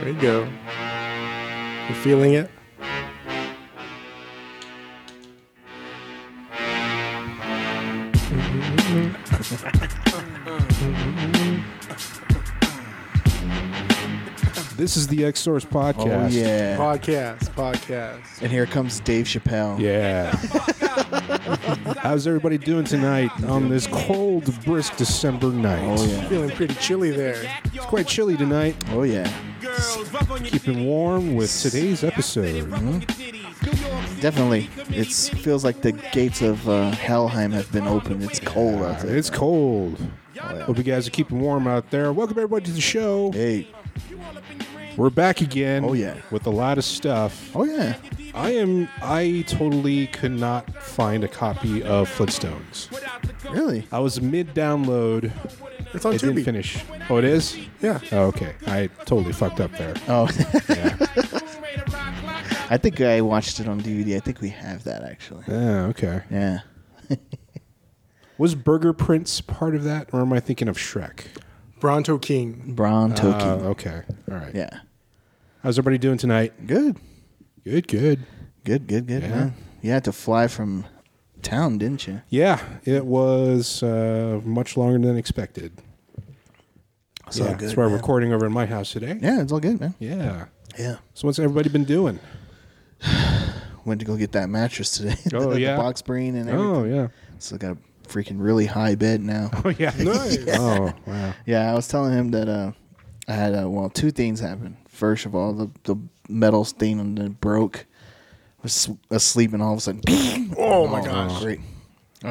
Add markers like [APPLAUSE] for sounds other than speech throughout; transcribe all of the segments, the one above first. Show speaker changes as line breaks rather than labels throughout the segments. There you go. You feeling it?
This is the X Source podcast.
Oh, yeah.
Podcast, podcast.
And here comes Dave Chappelle.
Yeah. How's everybody doing tonight on this cold, brisk December night?
Oh yeah.
Feeling pretty chilly there.
It's quite chilly tonight.
Oh yeah.
Keeping warm with today's episode.
Definitely. It feels like the gates of uh, Helheim have been opened. It's cold out there.
It's cold. Hope you guys are keeping warm out there. Welcome everybody to the show.
Hey.
We're back again.
Oh, yeah.
With a lot of stuff.
Oh yeah.
I am. I totally could not find a copy of Footstones.
Really?
I was mid download.
It's on
It didn't
Tubi.
finish. Oh, it is.
Yeah.
Oh, okay. I totally fucked up there.
Oh, [LAUGHS]
Yeah.
I think I watched it on DVD. I think we have that actually.
Yeah, okay.
Yeah.
Was Burger Prince part of that, or am I thinking of Shrek?
Bronto King.
Brown Tokyo.
Uh, okay. All right.
yeah.
How's everybody doing tonight?
Good.
Good, good.
Good. Good. Good.
Yeah.
Man. You had to fly from town, didn't you?
Yeah, it was uh, much longer than expected.
It's
yeah,
all
that's
good.
why we're
man.
recording over at my house today.
Yeah, it's all good, man.
Yeah.
Yeah.
So what's everybody been doing?
Went to go get that mattress today. [LAUGHS]
Oh,
the
yeah.
box spring and everything.
Oh yeah. [LAUGHS]
So I got a freaking really high bed now.
Oh yeah.
Nice.
Oh wow.
Yeah, I was telling him that uh, I had uh, well two things happened. First of all, the the metal stain and it broke. I was asleep and all of a sudden,
[LAUGHS] Oh my gosh.
great! All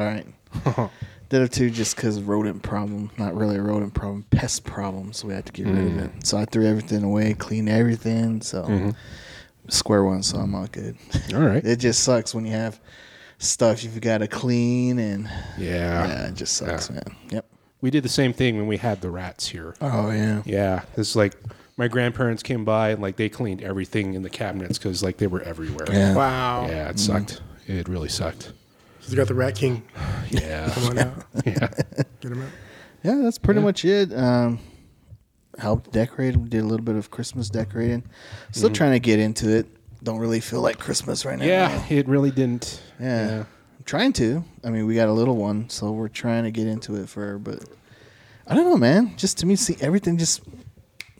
[LAUGHS]
right, the other two just because rodent problem, not really a rodent problem, pest problem. So we had to get rid of
Mm.
it. So I threw everything away, cleaned everything. So square one. So I'm all good.
Mm-hmm. All right.
[LAUGHS] it just sucks when you have stuff you've got to clean and
Yeah.
yeah, it just sucks, man. Yep.
We did the same thing when we had the rats here.
Oh yeah.
Yeah. It's like my grandparents came by and like they cleaned everything in the cabinets because like they were everywhere.
Yeah. Mm-hmm.
Wow.
Yeah. It sucked. It really sucked.
He's got the Rat King.
[LAUGHS]
Yeah.
Come on out.
yeah.
Get him out.
Yeah, that's pretty much it. Um, helped decorate. We did a little bit of Christmas decorating.
Mm-hmm.
Still trying to get into it. Don't really feel like Christmas right now.
Yeah. It really didn't.
Yeah. I'm trying to. I mean, we got a little one, so we're trying to get into it for her. But I don't know, man. Just to me, see everything just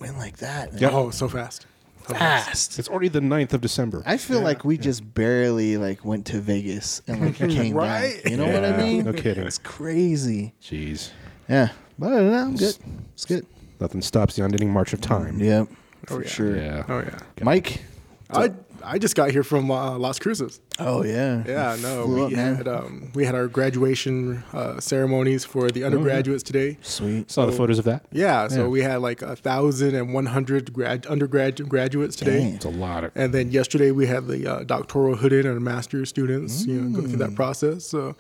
went like that. man.
Oh, so fast. So
Ah.
fast.
Fast.
It's already the 9th of December.
I feel like we just barely like went to Vegas
[LAUGHS]
and like came
Right?
back. You know what I
Yeah,
mean?
no kidding.
It's crazy.
Jeez.
Yeah, but other than that, I'm good. It's good.
Nothing stops the unending march of time.
Yep.
Oh,
for
yeah.
sure.
Yeah.
Oh yeah.
Mike,
I I just got here from uh, Las Cruces.
Oh yeah.
Yeah,
You
no,
flew
we
up, man.
had um, we had our graduation uh, ceremonies for the undergraduates today.
Sweet.
Saw the photos of that.
Yeah, so
Yeah.
we had like a thousand and one hundred grad undergrad graduates today.
Dang.
It's a lot of.
And then yesterday we had the uh, doctoral hooded and master's students, you know, go through
Mm.
that process. So,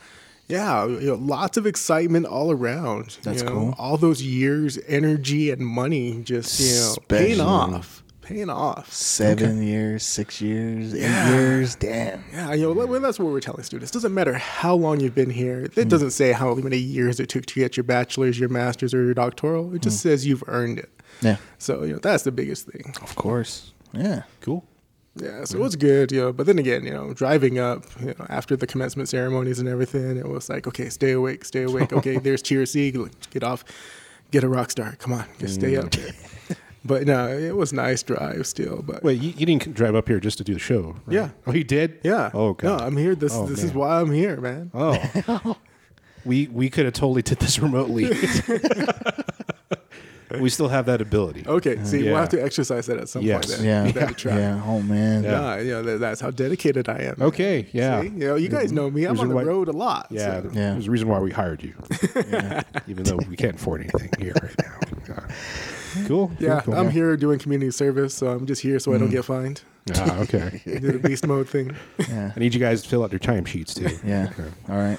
yeah, you know, lots of excitement all around.
That's
you know,
cool.
All those years, energy, and money just you know paying
Especially-
off, paying off.
Seven years, six years, eight
Yeah.
years. Damn.
Yeah, you know, well, that's what we're telling students. Doesn't matter how long you've been here. It
Hmm.
doesn't say how many years it took to get your bachelor's, your master's, or your doctoral. It
Hmm.
just says you've earned it.
Yeah.
So you know that's the biggest thing.
Of course. Yeah.
Cool.
Yeah,
Mm-hmm.
so it was good, you know. But then again, you know, driving up, you know, after the commencement ceremonies and everything, it was like, okay, stay awake, stay awake.
[LAUGHS]
Okay, there's TRC, like, get off, get a rock star. Come on, just stay up there. [LAUGHS] but no, it was nice drive still. But
Mm. Wait, you, you didn't drive up here just to do the show? right?
Yeah.
Oh, you did?
yeah,
Oh, God.
no, I'm here. This
Oh,
this is
man.
why I'm here, man.
Oh. [LAUGHS] we we could have totally did this remotely. [LAUGHS] we still have that ability.
Okay, see,
yeah.
we'll have to exercise that at some
Yes.
point. Then.
Yeah.
That'd be try.
Yeah. Oh man.
Yeah.
Nah, you know, that, that's how dedicated I am.
Okay, yeah.
See? You know, you guys know me. I'm
There's
on
a
the
white-
road a lot.
Yeah,
so-
Yeah.
There's a reason why we hired you. Even though we can't afford anything here right now. Yeah. Cool.
Yeah,
cool, Mm. cool.
I'm here doing community service, so I'm just here so I don't get fined.
Ah, okay.
Do the beast mode
[LAUGHS]
thing.
Yeah.
I need you guys to fill out your timesheets too.
Yeah. All right.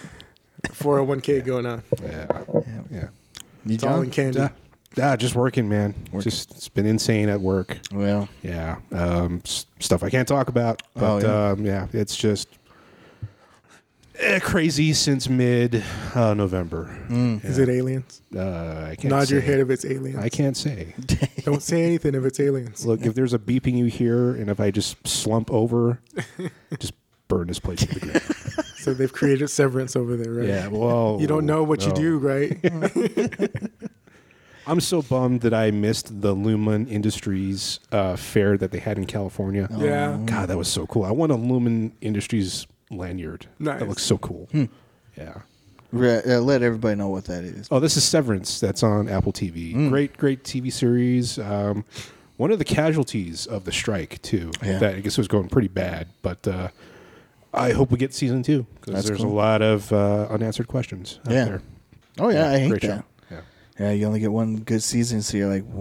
401k going on.
Yeah. Yeah.
You
It's all
John?
in candy.
Ah, ah, just working, man. Just it's been insane at work.
Well.
Yeah, um, s- stuff I can't talk about, but
Oh, yeah.
Um, yeah, it's just eh, crazy since mid uh, November.
Is it aliens?
Uh, I can't
Nod your
say.
head if it's aliens.
I
[LAUGHS]
can't say.
Don't say anything if it's
[LAUGHS]
aliens.
Look, if there's a beeping you hear, and if I just
[LAUGHS]
slump over, just burn this place to the ground.
So they've created severance over there, right?
Yeah, Oh, well,
You don't know what you do, right?
I'm so bummed that I missed the Lumen Industries uh, fair that they had in California.
Oh.
Yeah.
God, that was so cool. I want a Lumen Industries lanyard. That
Nice.
looks so cool.
Hmm.
Yeah.
Re- uh, let everybody know what that is.
Oh, this is Severance. That's on Apple TV.
Hmm.
Great, great TV series. Um, one of the casualties of the strike too.
Yeah.
That I guess was going pretty bad, but uh, I hope we get season two because
That's
there's
cool.
a lot of uh, unanswered questions out
Yeah.
there.
Oh yeah, I hate
Great
that.
show. Yeah.
Yeah, you only get one good season, so you're like, "Wh-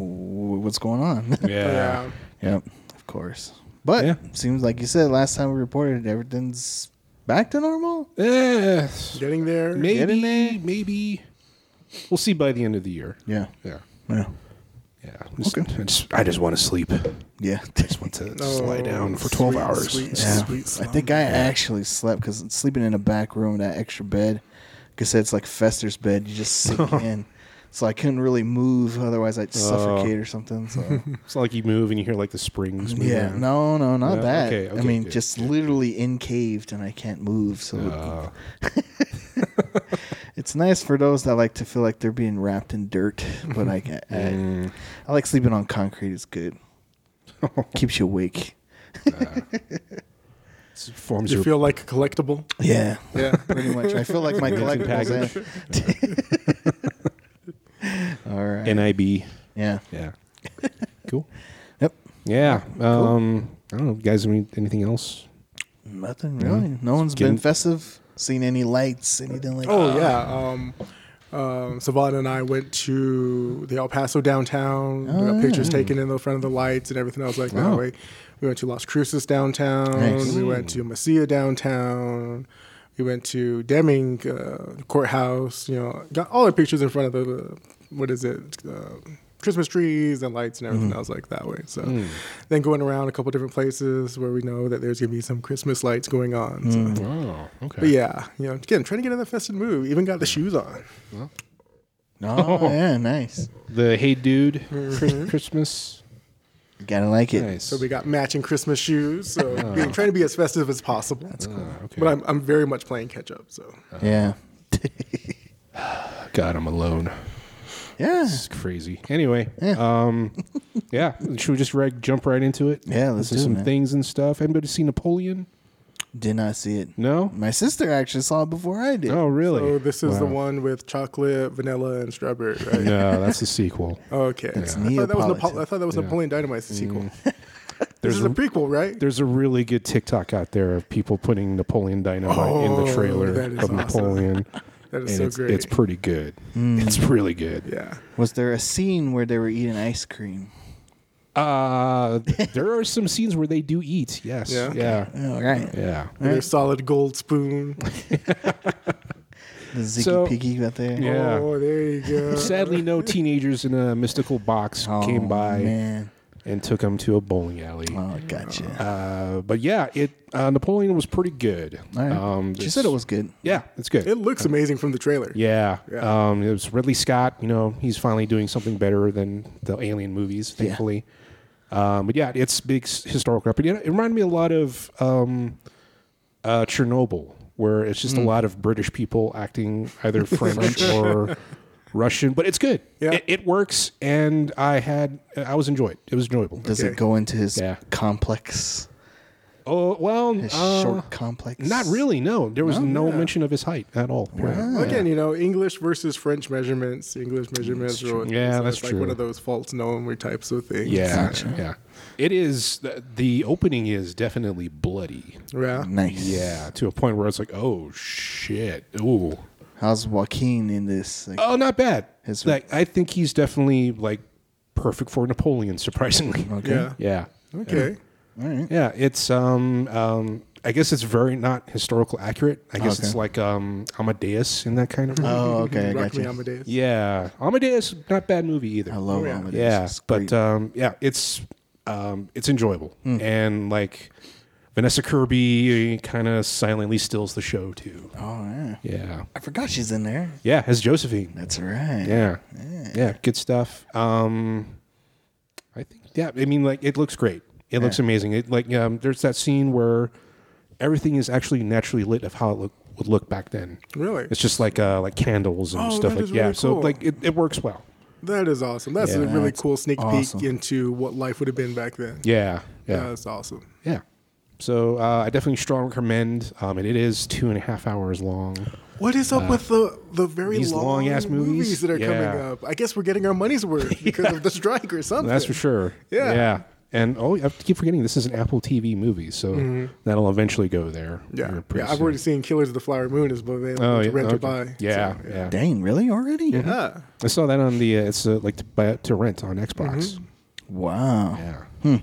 wh- what's going on? [LAUGHS]
Yeah.
yep, of course. But
Yeah.
seems like you said last time we reported, everything's back to normal.
Oh,
Eh,
Getting there.
Get
maybe,
in there.
maybe we'll see by the end of the year.
Yeah,
Yeah,
yeah,
yeah. Just-
Okay.
I just, I just want to sleep. I
[LAUGHS] yeah.
just want to just
Oh,
lie down for twelve
sweet,
hours.
sweet.
Yeah.
Sweet
I think I actually slept because sleeping in a back room, that extra bed, like I said, it's like Fester's bed. You just
[LAUGHS]
sink in. So I couldn't really move, otherwise
Oh.
I'd suffocate or something.
[LAUGHS]
So
It's not like you move and you hear like the springs. moving
yeah,
around.
no, no, not
Yeah,
that.
okay,
I
okay,
mean,
good,
just literally encaved and I can't move. So
Uh,
it's nice for those that like to feel like they're being wrapped in dirt. But
[LAUGHS]
I, I,
mm.
I, I like sleeping on concrete. It's good. Keeps you awake.
it's- forms
You
your
feel like a collectible?
Yeah,
Yeah.
pretty much. I feel [LAUGHS] like my
Mint and
collectibles. eh? [LAUGHS] All right.
NIB.
yeah.
Yeah. [LAUGHS] cool.
Yep.
Yeah. Um, I don't know. You guys have any, anything else?
Nothing really. No one's
getting-
been festive. Seen any lights? Anything like?
Oh yeah. Um, um, Savannah and I went to the El Paso downtown. we got pictures taken in the front of the lights and everything else like
Wow.
that. Way. We went to Las Cruces downtown.
Nice.
We went to Mesilla downtown. We went to Deming uh, courthouse. You know, got all our pictures in front of the uh, what is it? Uh, Christmas trees and lights and everything else like that way. So, then going around a couple different places where we know that there's gonna be some Christmas lights going on. So,
Oh, okay.
but yeah, you know, again, trying to get in that festive mood. Even got the shoes on.
Oh, yeah, nice.
The Hey Dude Chris- Christmas.
Gotta like it.
Nice.
So we got matching Christmas shoes.
[LAUGHS]
So being, trying to be as festive as possible. That's cool.
Ah, okay.
But I'm, I'm very much playing catch up. So
Yeah.
God, I'm alone.
Yeah.
This is crazy. Anyway,
Yeah.
um, yeah. Should we just reg- jump right into it?
Yeah, let's
Listen to
do it,
some
man.
things and stuff. Anybody see Napoleon?
Did not see it.
No.
My sister actually saw it before I did.
Oh, really?
so this is the
Wow.
one with chocolate, vanilla, and strawberry,
[LAUGHS]
right?
No, that's the sequel.
Okay. I, thought that was
Neapolitan.
Napo- I thought that was
Yeah.
Napoleon Dynamite's sequel. [LAUGHS] this
Mm. There's
is a
a-
prequel, right?
There's a really good TikTok out there of people putting Napoleon Dynamite in the
Oh,
trailer
that is
of
awesome.
Napoleon.
[LAUGHS] That
and
is so
it's,
great.
it's pretty good.
Mm.
It's really good.
yeah.
Was there a scene where they were eating ice cream?
Uh, there are some scenes where they do eat. Yes.
Yeah?
Yeah.
All right.
Yeah.
And their solid gold spoon.
The Ziggy
So-
Piggy out there.
Yeah.
Oh, there you
[LAUGHS]
go.
Sadly, no teenagers in a mystical box
Oh,
came by
Man.
and took them to a bowling alley.
Oh, gotcha.
Uh, but yeah, it uh, Napoleon was pretty good.
All right. she
it's-
said it was good.
Yeah, it's good.
It looks amazing from the trailer.
Yeah.
Yeah.
Um, it was Ridley Scott. You know, he's finally doing something better than the Alien movies, thankfully. Um, but yeah, it's big s- historical. But it reminded me a lot of um, uh, Chernobyl, where it's just a
Hmm.
lot of British people acting
[LAUGHS]
either French or Russian. But it's good.
Yeah.
It, it works, and I had I was enjoyed. It was enjoyable.
Does
Okay.
it go into his
Yeah.
complex?
Oh well,
His
uh,
short complex?
not really. No, there
Oh,
was no, mention of his height at all.
Well, Again, you know, English versus French measurements. English measurements are what-
Yeah,
so
that's
it's like
true.
one of those false known types of things.
Yeah,
Gotcha.
yeah. It is the, the opening is definitely bloody.
Yeah.
Nice.
Yeah, to a point where it's like, oh shit, ooh,
How's Joaquin in this? Like,
oh, not bad.
His-
like I think he's definitely like perfect for Napoleon, [LAUGHS] surprisingly.
okay.
Yeah.
Yeah,
Okay.
All right.
yeah. It's um, um, I guess it's very not historical accurate. I guess it's
Okay.
like um, Amadeus in that kind of.
Oh, okay. I
Rock
got
me
you.
Amadeus.
yeah, Amadeus, not bad movie either.
I love
Oh, yeah.
Amadeus.
yeah
It's
but
great.
Hmm.
um yeah it's um it's enjoyable and like Vanessa Kirby kind of silently steals the show too.
Oh yeah.
Yeah,
I forgot she's in there.
yeah, as Josephine.
That's right.
Yeah, yeah, good stuff. Um, I think yeah. I mean, like it looks great. It looks amazing. It like um, there's that scene where everything is actually naturally lit of how it look, would look back then.
Really?
It's just like uh, like candles and
Oh,
stuff
that
like
is
yeah.
really
So
cool.
like it, it works well.
That is awesome. That's
Yeah,
a really
that's
cool sneak
awesome.
peek into what life would have been back then.
Yeah, yeah.
That's awesome.
Yeah. So uh, I definitely strongly recommend. Um, and it is two and a half hours long.
What is up with the the very
these
long,
long-ass movies?
that are coming
Yeah.
up? I guess we're getting our money's
[LAUGHS]
worth because of the strike or something.
That's for sure.
Yeah.
Yeah. And oh, I keep forgetting this is an Apple TV movie, so that'll eventually go there.
Mm-hmm. Yeah,
pretty
yeah I've
soon.
already seen Killers of the Flower Moon is available
Oh,
to
yeah.
rent
okay.
or buy.
Yeah,
So,
yeah.
Dang, really already?
Ah,
I saw that on the uh, it's uh, like to, buy, to rent on Xbox.
Wow.
Mm-hmm.
Yeah.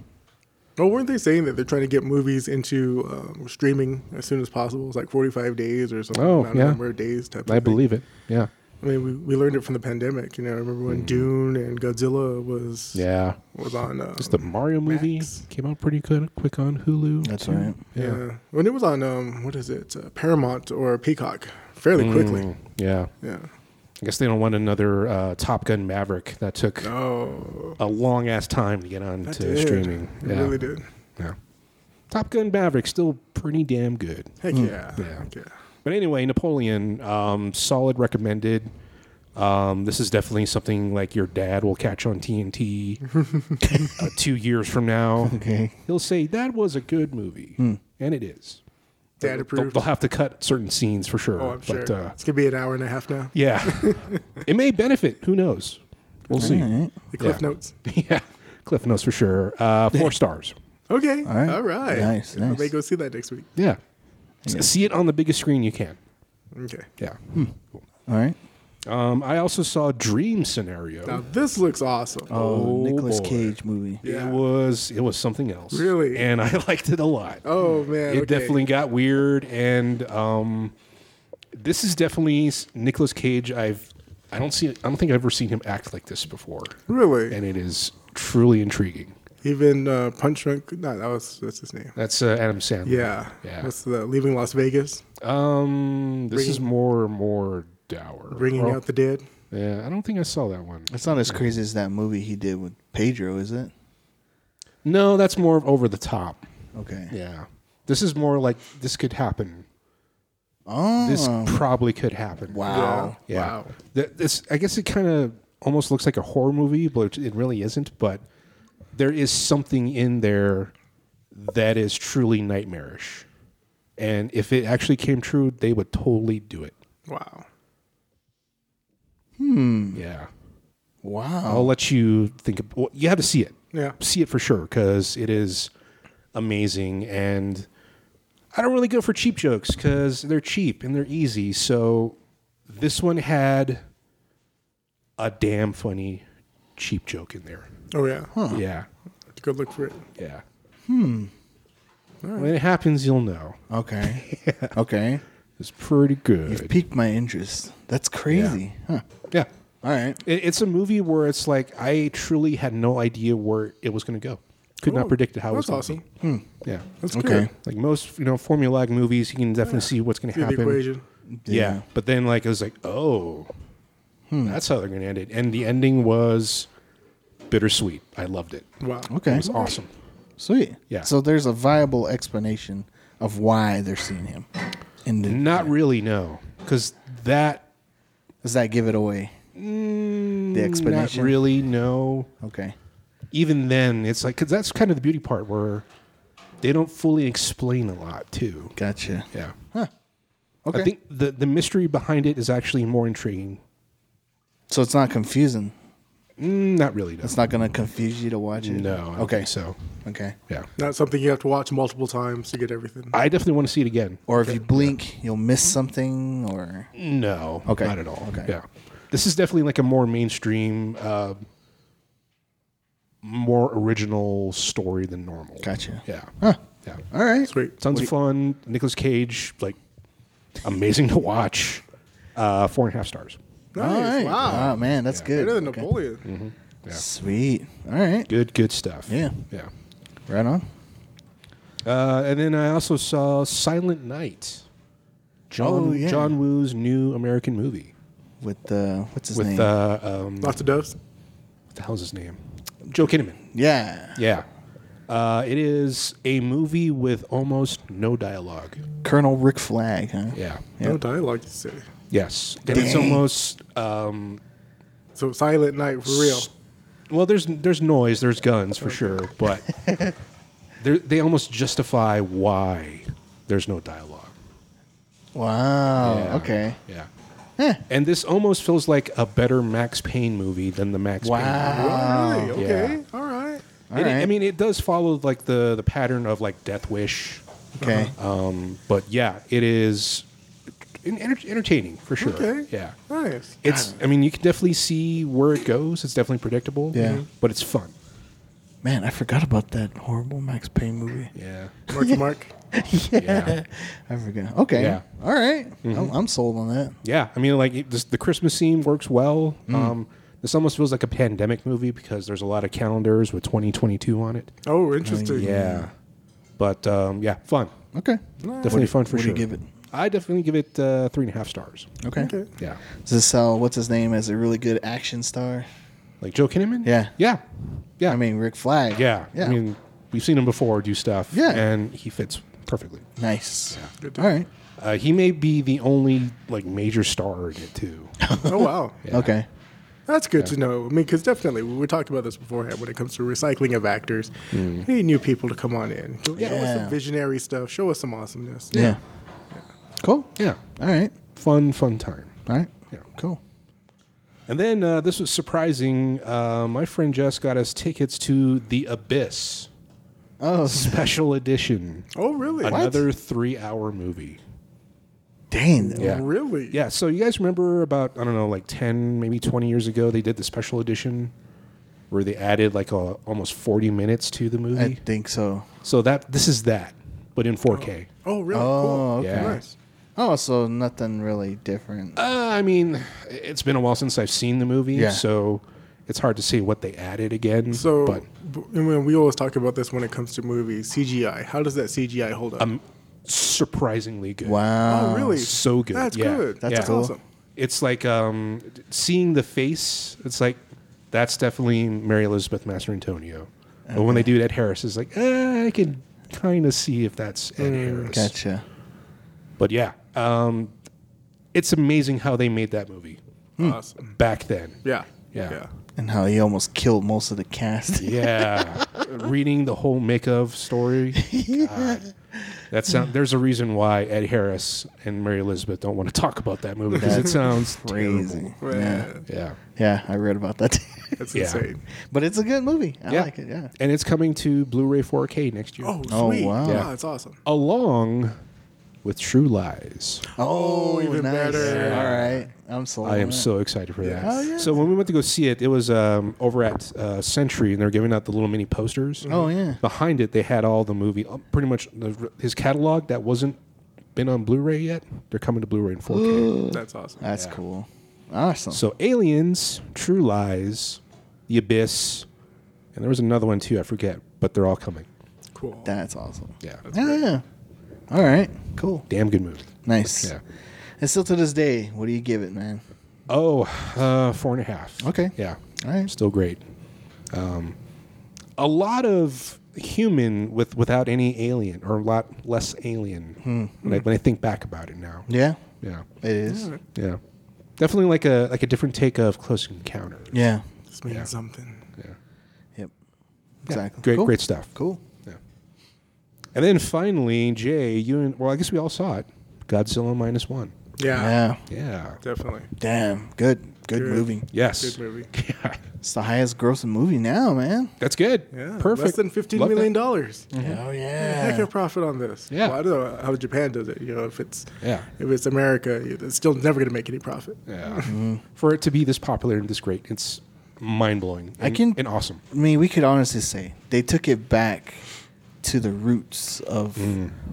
Well, weren't they saying that they're trying to get movies into um, streaming as soon as possible? It's like 45 days or something.
Oh,
amount of
yeah.
number of days type.
I
of thing.
believe it. Yeah.
I mean, we, we learned it from the pandemic. You know, I remember when Dune and Godzilla was
Yeah.
was on. Um,
Just the Mario movie
Max.
came out pretty good, quick on Hulu.
That's
too.
right.
yeah. when it was on um, what is it, uh, Paramount or Peacock, fairly quickly.
Mm, yeah.
Yeah.
I guess they don't want another uh, Top Gun Maverick that took
Oh,
a long ass time to get on
that
to
did.
streaming.
It
Yeah.
really did.
Yeah. Top Gun Maverick still pretty damn good.
Heck yeah.
Mm. Yeah.
Heck yeah.
But anyway, Napoleon, um, solid recommended. Um, this is definitely something like your dad will catch on
[LAUGHS]
TNT uh, two years from now.
Okay.
He'll say that was a good movie,
Hmm.
and it is.
Dad
They'll,
approved.
they'll have to cut certain scenes for sure.
Oh, I'm sure.
But uh,
it's gonna be an hour and a half now. [LAUGHS]
yeah, it may benefit. Who knows? We'll see.
All right.
The cliff
Yeah.
notes.
[LAUGHS] yeah, Cliff Notes for sure.
[LAUGHS]
Uh, four stars.
Okay.
All right.
All right.
Nice,
I may
nice.
go see that next week.
Yeah. S- See it on the biggest screen you can.
Okay.
Yeah.
All right.
Um, I also saw Dream Scenario.
Now this looks awesome.
Oh,
Nicholas
boy.
Cage movie.
yeah.
It was it was something else.
Really?
And I [LAUGHS] liked it a lot.
Oh, man.
It
okay.
definitely got weird and um, this is definitely Nicholas Cage I've I don't see I don't think I've ever seen him act like this before.
Really?
And it is truly intriguing.
Even uh, Punch Drunk. No, that was that's his name.
That's uh, Adam Sandler.
Yeah.
Yeah.
What's the Leaving Las Vegas?
Um this is more more dour.
Bringing
Well,
out the dead.
Yeah, I don't think I saw that one.
It's not as crazy as that movie he did with Pedro, is it?
No, that's more of over the top.
Okay.
Yeah. This is more like this could happen.
Oh.
This probably could happen.
wow.
Oh, Yeah.
Wow.
Th- this I guess it kind of almost looks like a horror movie, but it really isn't, but there is something in there that is truly nightmarish. And if it actually came true, they would totally do it.
Wow.
Yeah.
Mm. Wow.
I'll let you think ab well, you have to see it.
Yeah.
see it for sure because it is amazing and i don't really go for cheap jokes because they're cheap and they're easy so this one had a damn funny cheap joke in there
Oh yeah.
yeah
Go look for it.
yeah hmm when it happens you'll know
Okay. Okay.
it's pretty
You've
good
piqued my interest. That's crazy. Huh.
yeah
All right.
it, it's a movie where it's like i truly had no idea where it was going to go could not
Cool.
predict how it was
Oh, That's
gonna
awesome.
be. yeah
That's
Okay.
okay.
like most you know formulaic movies you can definitely see what's going to
Good. The
happen
equation.
Yeah. But then like it was like, oh,
Hmm.
that's how they're gonna end it. And the ending was bittersweet. I loved it.
Wow.
It
Okay.
was awesome.
Sweet.
Yeah.
So there's a viable explanation of why they're seeing him. And did-
Not really, no. Because that
does that give it away? the
Mm, not
explanation.
really, no.
Okay.
Even then, it's like because that's kind of the beauty part where they don't fully explain a lot too.
Gotcha.
Yeah.
Okay.
I think the the mystery behind it is actually more intriguing.
so it's not confusing.
Mm, not really, no.
It's not going to confuse you to watch it.
no. I don't
Okay.
think So
Okay.
yeah,
Not something you have to watch multiple times to get everything.
I definitely want to see it again.
Or if you blink, you'll miss something. Or
No.
Okay.
Not at all.
Okay.
Yeah. This is definitely like a more mainstream, uh, more original story than normal.
gotcha.
Yeah.
Huh.
Yeah.
All right.
Sweet.
Tons of fun. Nicolas Cage, like, amazing to watch. Uh, four and a half stars.
Nice. Wow.
Oh man, that's good.
Better than
Okay.
Napoleon.
Yeah.
Sweet. All right.
Good, good stuff.
Yeah.
Yeah.
Right on.
Uh, and then I also saw Silent Night, John
Oh, yeah.
John Woo's new American movie
with uh, what's his
with
name?
uh, um, what
Lots of doves.
the hell's his name? Joe Kinnaman.
yeah,
Yeah, uh, it is a movie with almost no dialogue.
Colonel Rick Flag, huh?
Yeah.
No dialogue to say.
Yes, and it's
Dang.
almost um,
So Silent Night for real.
well. There's there's noise. There's guns for sure, but
[LAUGHS]
they're- they almost justify why there's no dialogue.
Wow.
Yeah.
Oh, Okay.
Yeah.
Eh.
And this almost feels like a better Max Payne movie than the Max Payne.
Wow.
movie.
Really?
Ah, yeah.
Okay. All right.
All
It- I
right.
mean, it does follow like the the pattern of like Death Wish,
Okay.
um, but yeah, it is en- enter- entertaining for sure.
Okay.
Yeah.
Nice.
It's. I mean, you can definitely see where it goes. It's definitely predictable.
Yeah. Mhm.
But it's fun.
Man, I forgot about that horrible Max Payne movie.
Yeah.
Mark to Mark.
[LAUGHS]
Yeah.
I forgot. Okay.
Yeah. Mm-hmm.
All right. I'm, I'm sold on that.
Yeah, I mean, like it, this, the Christmas scene works well.
Mm.
Um, this almost feels like a pandemic movie because there's a lot of calendars with 2022 on it.
Oh, interesting.
Mm-hmm.
Yeah, but um, yeah, fun.
Okay.
Definitely fun for
what do
sure.
you give it?
I definitely give it uh, three and a half stars.
Okay.
Okay.
Yeah,
Does this sell what's his name as a really good action star?
like Joe Kinnaman.
Yeah.
yeah, yeah.
I mean, Rick Flag.
yeah.
Yeah.
I mean, we've seen him before do stuff.
Yeah.
and he fits perfectly.
nice.
Good
All right.
Uh, he may be the only like major star in it too.
Oh wow.
[LAUGHS] Yeah.
Okay.
That's good to know. I mean, because definitely we talked about this beforehand when it comes to recycling of actors.
Mm.
We need new people to come on in. Show us
Yeah.
some visionary stuff. Show us some awesomeness.
Yeah. Cool.
Yeah,
All right.
fun, fun time.
All right.
Yeah.
Cool.
And then uh, this was surprising. Uh, my friend Jess got us tickets to The Abyss
Oh, [LAUGHS]
Special Edition,
Oh really?
another three-hour movie.
dang.
Yeah.
Really?
Yeah. So you guys remember about I don't know, like ten, maybe twenty years ago, they did the special edition where they added like a, almost forty minutes to the movie.
I think so.
so that this is that, but in 4K.
Oh really?
Oh,
cool.
okay.
Nice.
Oh, so nothing really different.
Uh, I mean, it's been a while since I've seen the movie,
Yeah.
so it's hard to see what they added again.
So,
but
b- and when we always talk about this when it comes to movies, CGI. How does that CGI hold up?
Um, surprisingly good.
wow.
oh really?
uh, so good,
That's
yeah.
good.
That's
That's
cool.
awesome.
It's like um, seeing the face. It's like that's definitely Mary Elizabeth Master Antonio. But when they do it at Harris, it's like eh, I can kind of see if that's Ed
Mm.
Harris.
Gotcha.
But yeah, um, it's amazing how they made that movie
Awesome.
back then.
Yeah.
Hmm. Yeah.
And how he almost killed most of
[LAUGHS]
the cast.
Yeah, reading the whole make of story.
[LAUGHS]
God. That sound. There's a reason why Ed Harris and Mary Elizabeth don't want to talk about that movie because it sounds terrible.
Crazy. Yeah.
Yeah.
Yeah.
Yeah, I read about that.
That's
Yeah.
insane.
[LAUGHS] but it's a good movie. I like it. Yeah.
And it's coming to Blu-ray 4K next year.
Oh, sweet.
Oh, wow.
Yeah.
Yeah.
that's awesome.
Along with True Lies.
Oh,
even better.
All right. I'm sold.
I
on
am
that.
so excited for that.
Oh, yeah.
So when we went to go see it, it was um, over at uh, Century, and they're giving out the little mini posters.
Oh, yeah.
Behind it, they had all the movie, uh, pretty much the, his catalog that wasn't been on Blu-ray yet. They're coming to Blu-ray in
[GASPS]
4K.
That's awesome.
That's cool. Awesome.
so Aliens, True Lies, The Abyss, and there was another one too. I forget, but they're all coming.
cool.
That's awesome.
Yeah.
Yeah, yeah. All right. Cool.
Damn good movie.
Nice.
Yeah.
And still to this day, what do you give it, man?
Oh, uh, four and a half.
Okay.
Yeah.
All right.
Still great. Um, a lot of human with without any alien or a lot less alien when, I, when I think back about it now.
Hmm. Yeah,
Yeah.
it is.
Yeah. Definitely like a like a different take of Close Encounter.
Yeah.
This means something.
Yeah.
Yep.
Yeah,
Exactly.
Great
Cool.
great stuff.
Cool.
Yeah. And then finally, Jay, you and well, I guess we all saw it. Godzilla minus one.
Yeah.
Yeah.
Yeah.
Definitely.
Damn. Good. Good
Good.
movie.
Yes.
Good movie.
[LAUGHS] Yeah.
It's the highest grossing movie now, man.
That's good.
Yeah.
Perfect.
Less than fifteen
Love
million
that.
dollars.
Oh
Heck
yeah.
of profit on this.
Yeah.
Well, I don't know how Japan does it. You know, if it's
Yeah.
if it's America, it's still never going to make any profit.
Yeah.
Mm-hmm.
[LAUGHS] For it to be this popular and this great, it's mind blowing.
I can-
and awesome.
I mean, we could honestly say they took it back to the roots of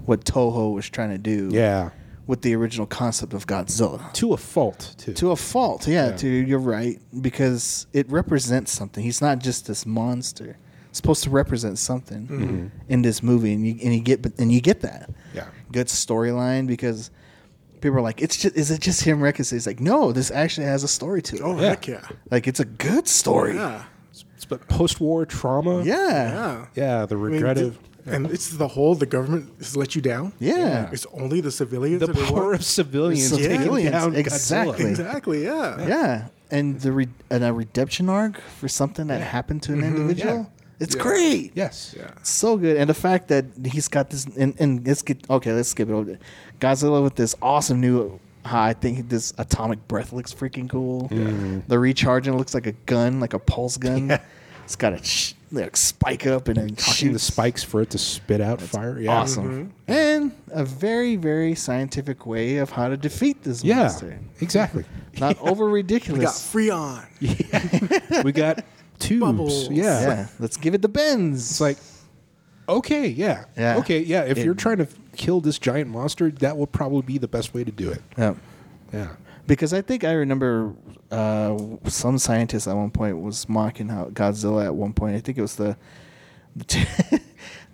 what Toho was trying to do.
Yeah.
With the original concept of Godzilla.
To a fault too.
to a fault. Yeah,
Yeah.
to you're right because it represents something. He's not just this monster supposed to represent something in this movie, and you and you get and you get that
Yeah.
good storyline because people are like, it's just is it just him reconciling? It's like no, this actually has a story to it.
Oh
Yeah.
heck yeah.
Like it's a good story.
Yeah.
It's- But post-war trauma.
Yeah.
Yeah.
Yeah. The
I mean,
regret of
th- and it's the whole the government has let you down.
Yeah.
It's only the civilians.
the
that are
power
wa-
of civilians
Yeah.
taking
Civilians,
down
exactly.
Godzilla.
Exactly. Yeah.
Yeah. And the re- and a redemption arc for something that happened to an individual. It's
Mm-hmm. Yeah.
great.
Yes.
Yeah.
So good. And the fact that he's got this and, and let's get okay, let's skip it over. Godzilla with this awesome new I think this atomic breath looks freaking cool. The recharging looks like a gun, like a pulse gun. It's got a sh- like spike up and then
Cocking the
shoots.
spikes for it to spit out fire. Yeah.
Awesome. And a very, very scientific way of how to defeat this
Yeah.
monster. [LAUGHS]
Exactly.
Not
[LAUGHS]
over
We got
ridiculous.
Freon.
we got tubes.
Bubbles.
Yeah.
yeah, let's give it the bends.
It's like, okay, yeah.
Yeah.
Okay, yeah. If
It-
you're trying to kill this giant monster, that will probably be the best way to do it.
Yeah.
Yeah.
Because I think I remember uh, some scientist at one point was mocking how Godzilla at one point. I think it was the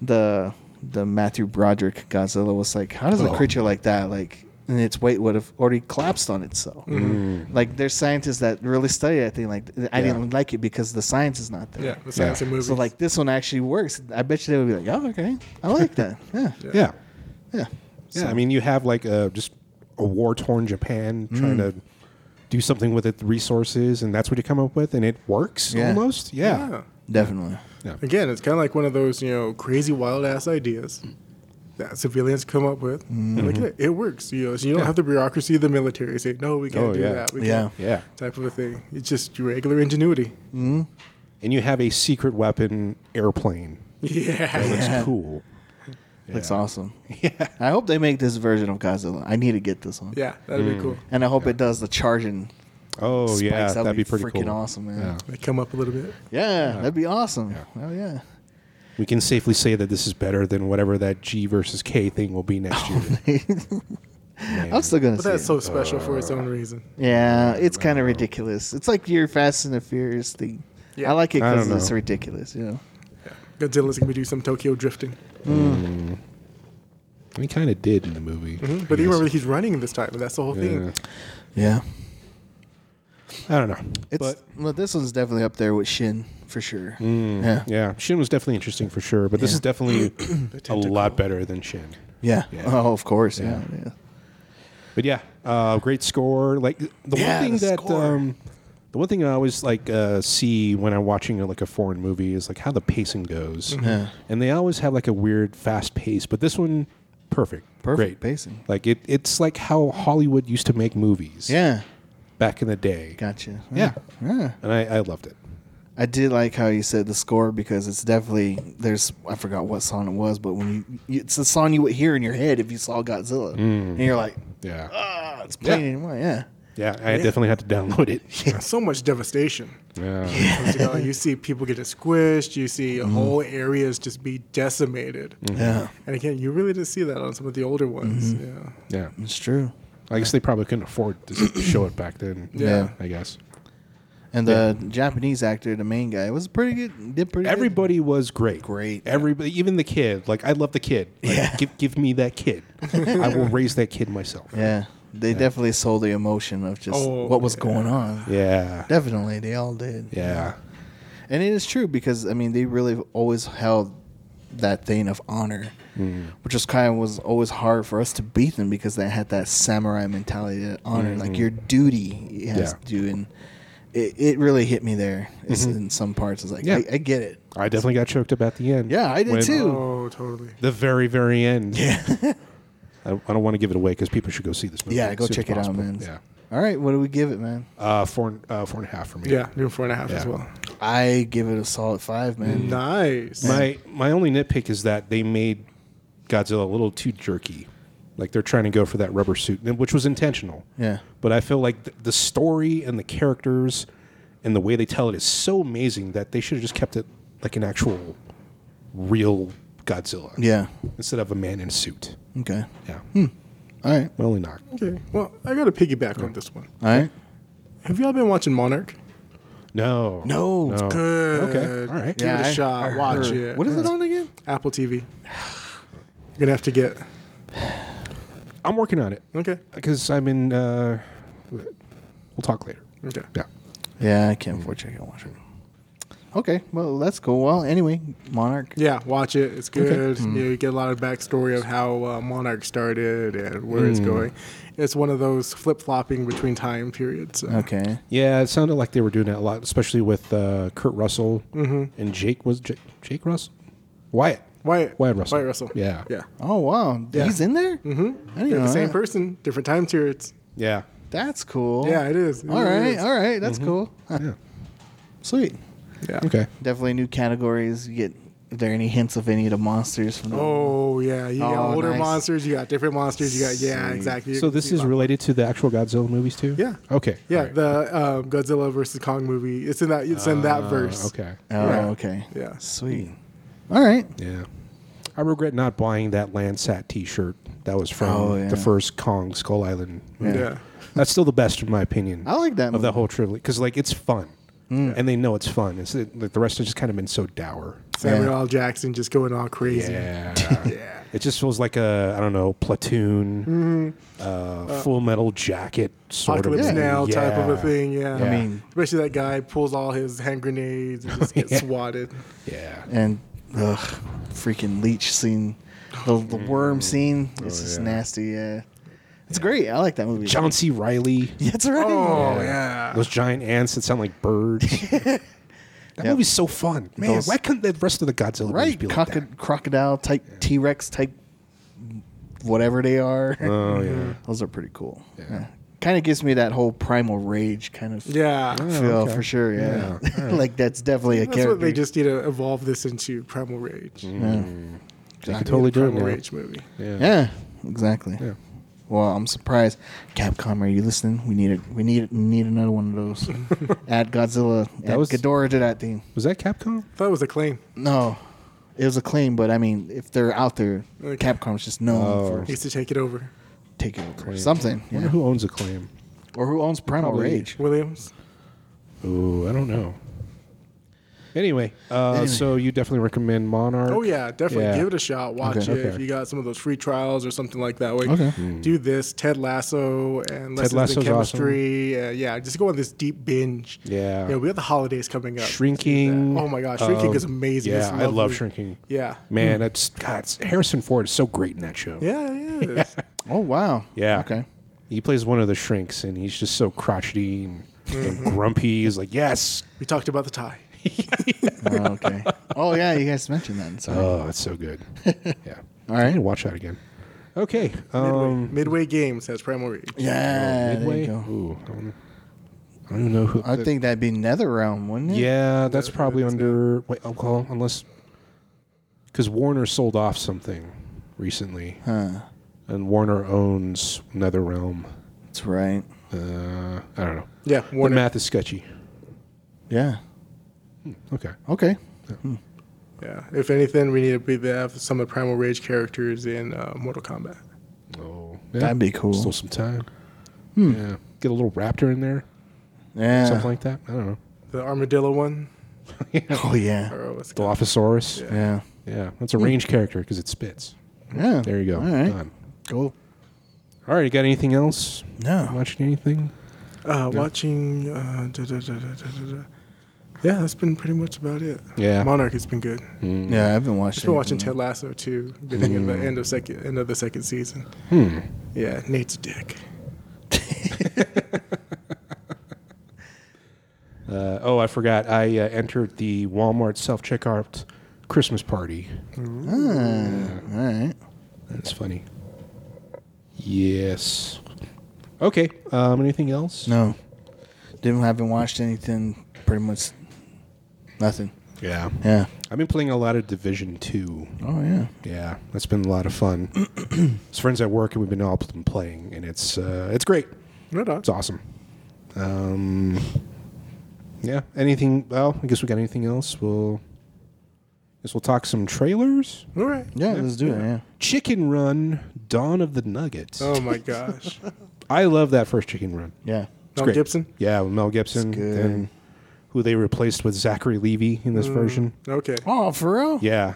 the [LAUGHS] the, Matthew Broderick Godzilla was like, how does a
Oh.
creature like that like and its weight would have already collapsed on itself.
Mm.
Mm.
Like there's scientists that really study that thing. Like I didn't like it because the science is not there.
Yeah. The science and movies.
So like this one actually works. I bet you they would be like, oh okay, I
[LAUGHS]
like that. Yeah,
Yeah.
Yeah.
Yeah.
yeah.
I mean, you have like a, just a war torn Japan trying
Mm.
to do something with its resources, and that's what you come up with, and it works
Yeah.
almost. Yeah.
Yeah.
definitely.
Again, it's kind of like one of those you know crazy wild ass ideas that civilians come up with. And like, yeah, it works. You know, so you don't
Mm-hmm. Yeah.
have the bureaucracy of the military say, no, we can't
Oh,
do
yeah.
that. We
Yeah.
can't.
Yeah.
Type of a thing. It's just regular ingenuity. [LAUGHS]
And you have a secret weapon airplane.
Yeah.
That's
Yeah.
cool.
Looks awesome. Yeah. I hope they make this version of Godzilla. I need to get this one.
Yeah, that'd
Mm.
be cool.
And I hope it does the charging.
Oh,
Spikes,
yeah.
that'd
That'd,
be
be pretty
freaking
cool.
awesome, man.
Yeah.
They come up a little bit.
Yeah, that'd be awesome. Oh yeah.
We can safely say that this is better than whatever that G versus K thing will be next
[LAUGHS]
year. Man.
I'm still gonna
But
say
that's so special for its
Uh.
own reason.
Yeah, it's kind of ridiculous. It's like your Fast and the Furious thing.
Yeah.
I like it
I
because
don't
it's
know.
ridiculous. You know.
Godzilla's gonna do some Tokyo drifting.
He kind of did in the movie.
Mm-hmm.
Mm-hmm. But
I
you
guess.
remember he's running this time, and that's the whole thing.
Yeah.
I don't know.
It's
but
well, this one's definitely up there with Shin for sure. yeah. yeah.
yeah, Shin was definitely interesting for sure, but this is
[CLEARS THROAT]
definitely a lot better than Shin. Yeah.
Oh, of course. Yeah.
Yeah.
Yeah.
But yeah, uh, great score. Like the
Yeah,
one
the
thing that
score.
um, the one thing I always like uh, see when I'm watching uh, like a foreign movie is like how the pacing goes.
Yeah.
And they always have like a weird fast pace, but this one perfect. great.
Perfect pacing.
Like it it's like how Hollywood used to make movies
Yeah.
back in the day.
Gotcha.
Yeah.
Yeah.
And I, I loved it.
I did like how you said the score because it's definitely there's I forgot what song it was, but when you, you it's a song you would hear in your head if you saw Godzilla, and you're like,
Yeah.
ah, it's playing
Yeah.
anymore. Yeah,
Yeah, I definitely had to download it.
So much devastation.
Yeah.
You, know, you see people getting squished. You see
Mm-hmm.
whole areas just be decimated.
yeah,
And again, you really didn't see that on some of the older ones. Yeah.
Yeah.
it's true.
I guess they probably couldn't afford to s- show it back then.
Yeah.
I guess.
And the Japanese actor, the main guy, was pretty good. Did pretty good.
Everybody was great.
Great.
Everybody, even the kid. Like, I love the kid. Like,
Yeah.
Give, give me that
[LAUGHS]
kid. I will raise that kid myself.
Yeah, they definitely sold the emotion of just
Oh,
what was
yeah.
going on.
Yeah.
Definitely, they all did.
Yeah.
And it is true because I mean they really always held that thing of honor,
Mm.
which was kind of was always hard for us to beat them because they had that samurai mentality that honor, like your duty
Mm-hmm.
it has
Yeah. Mm-hmm.
to do. And it, it really hit me there It's in some parts. It's like
Yeah.
I, I get it.
I definitely got choked up at the end.
Yeah, I did
When-
too.
Oh, totally.
The very, very end. Yeah. I, I don't want to give it away because people should go see this movie.
Yeah,
as
go
soon as
check it out,
possible.
man.
Yeah.
All right, what do we give it, man?
Uh, four, and- uh, four and a half for me.
Yeah, doing four and a half
Yeah.
as well.
I give it a solid five, man.
Nice.
My my only nitpick is that they made Godzilla a little too jerky. Like they're trying to go for that rubber suit, which was intentional.
Yeah.
But I feel like th- the story and the characters and the way they tell it is so amazing that they should have just kept it like an actual real Godzilla
Yeah. Hmm.
instead of a man in a suit.
Okay.
Yeah.
All right.
My only knock.
okay. Well, I got to piggyback on this one.
All right.
Have y'all been watching Monarch?
No.
No, it's
Good.
Okay. All right.
Give
Yeah,
it
I-
a shot.
I
Watch
heard.
it.
What is it on again?
Apple TV. You're [SIGHS] gonna have to get.
I'm working on it
Okay.
because I'm in. Uh, we'll talk later.
Okay.
Yeah.
Yeah, I can't afford it. I can watch it. Okay, well that's cool. Well, anyway, Monarch.
Yeah, watch it. It's good. You, know, you get a lot of backstory of how uh, Monarch started and where it's going. It's one of those flip flopping between time periods. So.
Okay.
Yeah, it sounded like they were doing that a lot, especially with uh, Kurt Russell
Mm-hmm.
and Jake was Jake, Jake Russell, Wyatt,
Wyatt.
Wyatt Russell,
Wyatt Russell.
Yeah,
Yeah.
Oh wow,
Yeah.
he's in there. Mm-hmm. I didn't
They're the
know
same
that.
person, different time periods.
yeah.
That's cool.
Yeah, it is. It
all
really
right,
is. Mm-hmm.
all right. That's cool. Huh.
Yeah.
Sweet.
Yeah.
Okay.
Definitely new categories. You get if there are any hints of any of the monsters from the
Oh yeah, you
Oh,
got older
nice.
monsters, you got different monsters, you got yeah,
Sweet.
exactly.
So this is related to the actual Godzilla movies too.
Yeah.
Okay.
yeah,
All right.
the uh, Godzilla versus Kong movie. It's in that it's in that
Uh,
verse.
Okay.
Oh,
Yeah.
okay.
Yeah.
Sweet. All right.
Yeah. I regret not buying that Landsat T-shirt that was from
Oh, yeah.
the first Kong Skull Island. movie.
Yeah.
That's still the best, in my opinion.
I like that
of the
movie. Mm.
whole trilogy because like it's fun, and they know it's fun. It's like, the rest has just kind of been so dour.
Samuel L. Jackson just going all crazy.
[LAUGHS]
Yeah.
Yeah.
It just feels like a I don't know platoon, uh, Full Metal Jacket sort
Mm-hmm. Apocalypse
of movie.
Now type of a
Yeah.
thing. Yeah.
I
mean-
especially that guy pulls all his hand grenades and just gets swatted.
Yeah,
And ugh, freaking leech scene, the, the worm scene. It's just nasty. Yeah. It's great. I like that movie.
John C. Riley,
[LAUGHS] Yeah, That's right.
Oh yeah.
those giant ants that sound like birds.
[LAUGHS]
that movie's so fun, man.
Those-
why couldn't the rest of the Godzilla movies
Right.
be like
Croco-
that?
crocodile type, T Rex type, whatever they are.
Oh
Mm-hmm.
yeah,
Those are pretty cool. Yeah. Kind of gives me that whole primal rage kind of
Yeah.
feel
Oh, okay.
for sure. Yeah. [LAUGHS] like that's definitely a
That's
character.
what they just need to evolve this into Primal Rage.
Mm-hmm.
Mm. they could totally do it.
Primal
now.
Rage movie.
Yeah.
Yeah, exactly.
Yeah.
Well, I'm surprised. Capcom, are you listening? We need it. We need it. Need another one of those.
[LAUGHS]
at Godzilla, at
was-
Ghidorah did that thing.
Was that Capcom?
That was a claim.
No, it was a claim, but I mean, if they're out there,
Okay.
Capcom's just known
Oh.
for
Needs to take it over.
taking over something.
I wonder
yeah.
who owns Acclaim.
or who owns Primal
Probably-
Rage?
Williams.
Oh, I don't know. Anyway, uh,
Anyway.
so you definitely recommend Monarch.
Oh yeah, definitely
Yeah.
give it a shot. Watch
Okay.
it if
Okay.
you got some of those free trials or something like that. Like, Hmm.
Okay.
do this Ted Lasso and Lessons
Lasso's
in Chemistry. Uh, yeah, just go on this deep binge.
Yeah.
you know, we have the holidays coming up.
Shrinking.
Oh my gosh, Shrinking
um,
is amazing.
Yeah,
It's
I love
lovely.
Shrinking.
Yeah,
Man, that's God. It's, Harrison Ford is so great in that show.
yeah, it is.
Oh wow.
Yeah.
Okay.
[LAUGHS] He plays one of the shrinks, and he's just so crotchety and, and
Mm-hmm.
grumpy. He's like, "Yes,
we talked about the tie.
Oh, okay. oh yeah, you guys mentioned that. Sorry.
oh, it's so
[LAUGHS]
good." yeah.
All
I need to
right.
watch that again. Okay.
Midway,
Um,
Midway Games has Primal Rage.
Yeah. There
Midway.
you go.
Ooh, I don't, I don't even know who.
I think that'd be Netherrealm, wouldn't it?
Yeah, that's probably under wait, alcohol, unless because Warner sold off something recently,
Huh.
and Warner owns NetherRealm.
That's right.
Uh, I don't know.
Yeah,
The
Warner.
math is sketchy.
Yeah.
Okay.
Okay.
Yeah, if anything, we need to be there for some of Primal Rage characters in uh, Mortal Kombat.
Oh, yeah.
That'd be cool. Hmm.
Still some time. Yeah. Get a little raptor in there,
Yeah.
something like that. I don't know.
The armadillo one.
Oh yeah.
Or what's it called?
Dilophosaurus. Yeah.
Yeah.
that's a range character because it spits.
Yeah.
There you go.
All right.
Done.
Cool.
All right. You got anything else?
No.
Watching anything?
Uh, Watching. Uh, da, da, da, da, da, da, da. Yeah, that's been pretty much about it.
Yeah. Mm-hmm.
Monarch has been good.
Mm.
Yeah, I've been watching.
Just been watching Ted Lasso too. Been thinking of the end of second end of the second season.
Hmm.
Yeah, Nate's a dick.
Uh, oh, I forgot. I uh, entered the Walmart self checkout Christmas party.
Ah, all right.
That's funny. Yes. Okay. Um, anything else?
No. Didn't haven't watched anything. Pretty much nothing.
Yeah.
Yeah.
I've been playing a lot of Division Two.
Oh yeah.
Yeah, that's been a lot of fun. it's friends at work, and we've been all been playing, and it's uh, it's great.
Right on.
It's awesome. Um, yeah. Anything? Well, I guess we got anything else. We'll guess we'll talk some trailers.
All right.
Yeah. Let's do it. Yeah.
Chicken Run: Dawn of the Nuggets.
Oh my gosh.
[LAUGHS] I love that first Chicken Run.
Yeah.
Mel
great.
Gibson.
Yeah, with Mel Gibson.
good.
And who they replaced with Zachary Levy in this version.
Okay.
Oh, for real?
Yeah.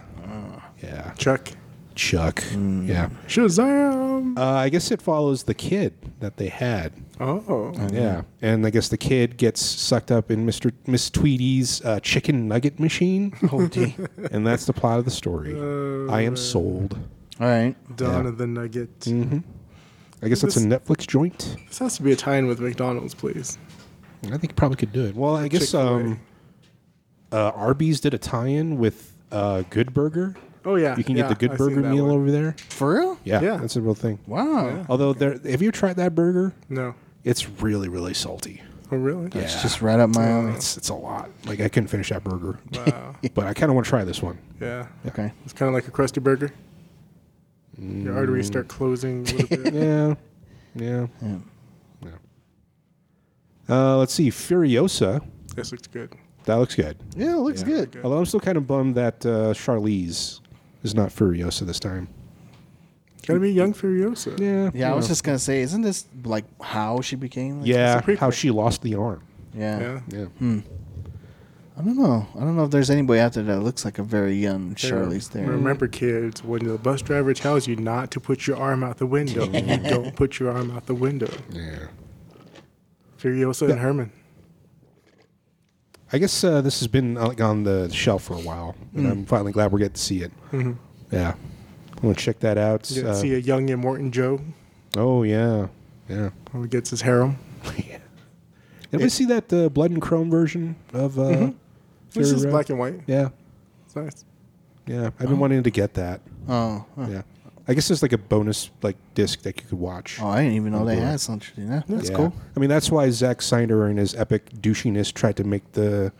Yeah.
Chuck.
Chuck. Yeah.
Shazam.
Uh, I guess it follows the kid that they had.
Oh.
Uh, Yeah. And I guess the kid gets sucked up in Mr. Miss Tweedy's uh, chicken nugget machine. [LAUGHS] Oh, gee. Oh, and that's the plot of the story. I am sold.
All right.
Dawn
Yeah.
of the Nugget.
Mm-hmm. I guess that's a Netflix joint.
This has to be a tie-in with McDonald's, please.
I think you probably could do it. Well, I guess
Chick-fil-A.
um, uh, Arby's did a tie-in with uh, Good Burger.
Oh yeah.
You can
yeah,
get the Good
I've seen
Burger
that
meal
one.
over there.
For real?
Yeah,
Yeah.
that's a real thing.
Wow.
Although, there, have you tried that burger?
No.
It's really, really salty.
Oh really? Yeah.
It's just right up my alley.
It's it's a lot. Like I couldn't finish that burger,
Wow.
but I kind of want to try this [LAUGHS] one.
yeah.
Okay.
It's kind of like a crusty burger. Your arteries start closing a little
[LAUGHS]
bit.
Yeah, yeah, yeah. Uh, let's see, Furiosa.
this looks good.
That looks good.
Yeah, it looks good.
Although I'm still kind of bummed that uh, Charlize is not Furiosa this time.
Gotta be young Furiosa.
Yeah,
Yeah, I
you
was
know.
just gonna say, isn't this like how she became? Like
yeah.
it's a prequel.
How she lost the arm.
yeah,
Yeah.
Yeah.
Hmm.
I don't know. I don't know if there's anybody out there that looks like a very young
Yeah.
Charlize Theron.
Remember, kids, when the bus driver tells you not to put your arm out the window,
[LAUGHS]
you don't put your arm out the window.
Yeah.
Furiosa and Herman.
I guess uh, this has been uh, like, on the shelf for a while, and
Hmm.
I'm finally glad we're getting to see it. Yeah. I'm gonna check that out.
Mm-hmm. You
Uh,
didn't see a young Immortan Joe
oh yeah, yeah. [LAUGHS]
who gets his harem.
Did we see that uh, blood and chrome version of? Uh,
Mm-hmm. This
Fury
is
Road?
black and white. Uh-huh.
Yeah,
It's nice.
yeah. I've been wanting to get that.
Oh, huh.
Yeah, I guess there's like a bonus like disc that you could watch.
oh, I didn't even know they had something. Yeah, that's
Yeah.
cool.
I mean, that's why Zack Snyder and his epic douchiness tried to make the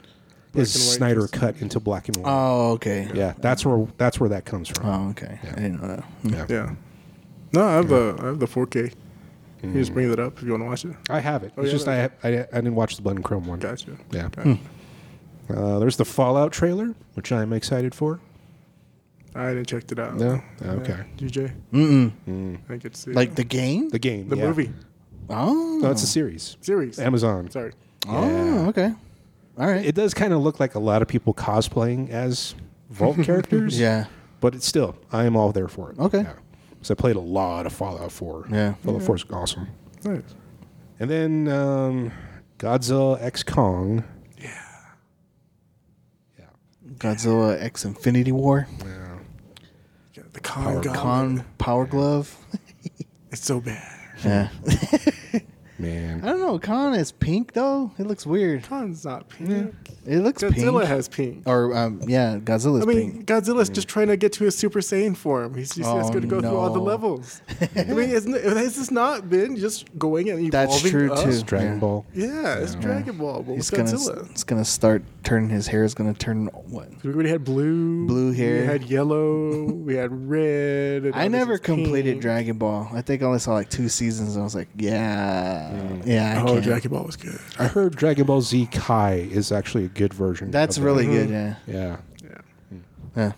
his
and white
Snyder
disc.
cut into black and white.
Oh, okay.
yeah, that's where that's where that comes from.
Oh, okay. I didn't know that. Hmm.
Yeah.
Yeah. No, I have the I have the 4K. You
Mm.
just bring that up if you want to watch it.
I have it.
Oh,
it's
yeah,
just I, I I didn't watch the blood and chrome one.
Gotcha.
Yeah.
Gotcha.
Uh, there's the Fallout trailer, which I'm excited for.
I didn't check it out.
No? Okay.
Yeah. DJ.
Mm-mm.
I get to see
[LAUGHS] Like
it.
the game?
The game,
the
yeah.
movie
oh,
No, it's a series.
series.
Amazon.
Sorry.
oh,
Yeah.
okay. All right.
It does kind of look like a lot of people cosplaying as
[LAUGHS]
Vault characters.
yeah.
But it's still, I am all there for it.
Okay.
Because I played a lot of Fallout 4.
Yeah.
Fallout 4 is awesome.
Nice.
And then um, Godzilla X Kong. Yeah.
Godzilla X Infinity War.
Yeah.
Yeah, the con god.
Con Power Glove. [LAUGHS]
It's so bad.
yeah. I
Man.
don't know. Con is pink though. It looks weird.
Con's not pink.
It looks
Godzilla
pink.
has pink.
or um, yeah, Godzilla's
I mean,
pink.
Godzilla's just trying to get to his Super Saiyan form. He's just
Oh,
going to go through all the
no. [LAUGHS]
levels. I mean, isn't it, has this not been just going and evolving?
That's true,
up?
too.
Dragon
Yeah.
Ball.
Yeah, it's Dragon Ball, but
He's
with
gonna
Godzilla.
it's gonna start turning his hair is gonna turn what?
We already had blue.
Blue
We
hair.
had yellow. we had red. and now
I
this
never
is
completed
pink.
Dragon Ball. I think I only saw like two seasons and I was like, yeah. Yeah, I
Oh,
can't.
Dragon Ball was good.
I heard Dragon Ball Z Kai is actually a good version.
That's
of that.
Mm-hmm.
really good, yeah.
Yeah.
Yeah.
Yeah.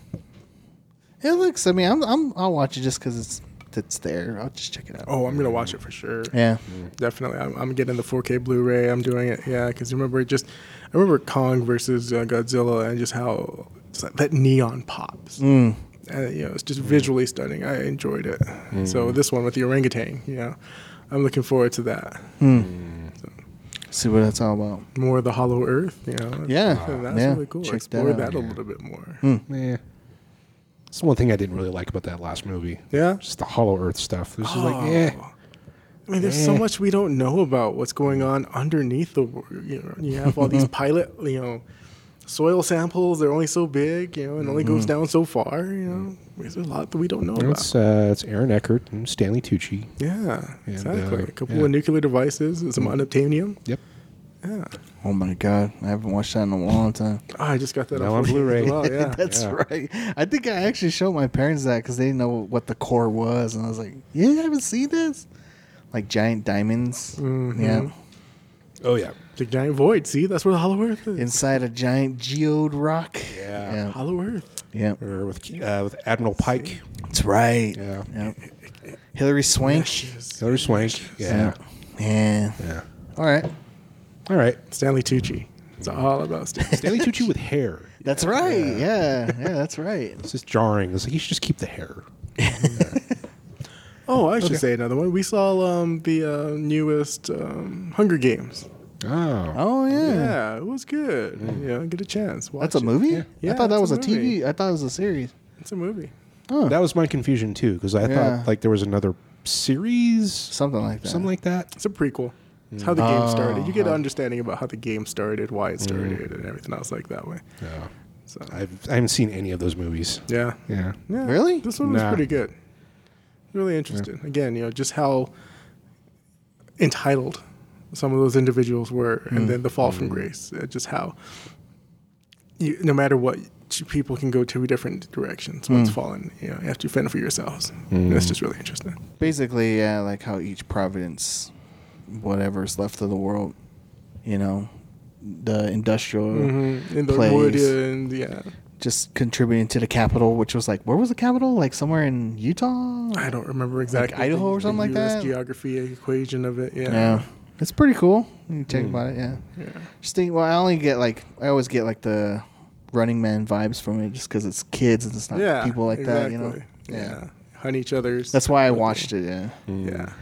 It looks I mean, I'm, I'm I'll watch it just cuz it's it's there. I'll just check it out.
Oh, I'm gonna watch it for sure.
Yeah.
Definitely, I'm, I'm getting the 4K Blu-ray. I'm doing it. Yeah, because remember, it just I remember Kong versus uh, Godzilla and just how it's like that neon pops. Mm. And, you know, it's just visually stunning. I enjoyed it. So
Mm.
this one with the orangutan, you know, I'm looking forward to that.
See what that's all about.
More of the Hollow Earth, you know.
Hmm. Yeah.
that's, that's
Yeah.
really cool.
Check that
Explore
out. Hmm.
that, a little bit more.
Yeah. That's the one thing I didn't really like about that last movie.
Yeah.
Just the Hollow Earth stuff. It was just
Oh.
like, eh. yeah.
I mean, there's so much we don't know about what's going on underneath the. wor- You know, you have all
[LAUGHS]
these pilot, you know, soil samples. They're only so big, you know, and only goes down so far. You know, there's a lot that we don't know about.
Mm-hmm. Mm. It's, uh, it's Aaron Eckert and Stanley Tucci.
Yeah,
And,
exactly.
uh,
a couple
yeah. Mm.
of nuclear devices, and some unobtainium.
Yep.
Yeah,
Oh my god. I haven't watched that in a long time.
oh, I just got that
Now
on
on
4K as
Blu-ray.
[LAUGHS]
well, Oh,
[LAUGHS]
yeah.
That's
Yeah.
right. I think I actually showed my parents that because they didn't know what the core was, and I was like, "You haven't seen this? Like giant diamonds? Yeah,
Oh, yeah.
the giant void. See, that's where the Hollow Earth is.
inside a giant geode rock.
Yeah.
yeah,
Hollow Earth.
yeah.
Or with, uh, with Admiral Pike.
That's right.
Yeah.
yeah. Hillary Swank.
Hillary Swank. Yeah.
Yeah.
Yeah.
All right.
All right.
Stanley Tucci. It's all about Stanley.
[LAUGHS] Stanley Tucci with hair.
That's right. Yeah. yeah, that's right.
It's just jarring. It's like you should just keep the hair.
Oh, I should say another one. We saw um, the uh, newest um, Hunger Games.
Oh,
Oh yeah,
Yeah, it was good. Yeah, get a chance. Watch
Hmm. that's a
it.
movie.
Yeah,
I thought that
it's
was
a
a TV. I thought it was a series.
It's a movie.
that was my confusion too because I
Yeah.
thought like there was another series,
Something like that.
something like that.
It's a prequel. It's how the
Oh,
game started. You get an understanding about how the game started, why
Hmm.
it started, and everything else like that way.
Yeah.
So
I've, I haven't seen any of those movies.
yeah,
Yeah.
Yeah,
Really?
This one
Nah.
was pretty good. Really interesting. Again, you know, just how entitled some of those individuals were,
Hmm.
and then the fall from grace. Uh, just how you, no matter what, two people can go two different directions
Hmm.
once fallen. You know, you have to fend for yourselves. That's just really interesting.
Basically, yeah, like how each providence, whatever's left of the world, you know, the industrial,
Mm-hmm. In the
Plays.
wood, and yeah,
just contributing to the capital, which was like, where was the capital? Like somewhere in Utah.
I don't remember exactly
Idaho or something like
US
that?
Geography equation of it.
Yeah, it's pretty cool. When you think about it, yeah.
yeah. yeah.
Just think. Well, I only get like I always get like the Running Man vibes from it, just because it's kids and it's not people like that, you know.
exactly. Yeah. Hunt each other's.
That's why I watched it. Yeah,
Mm.
yeah.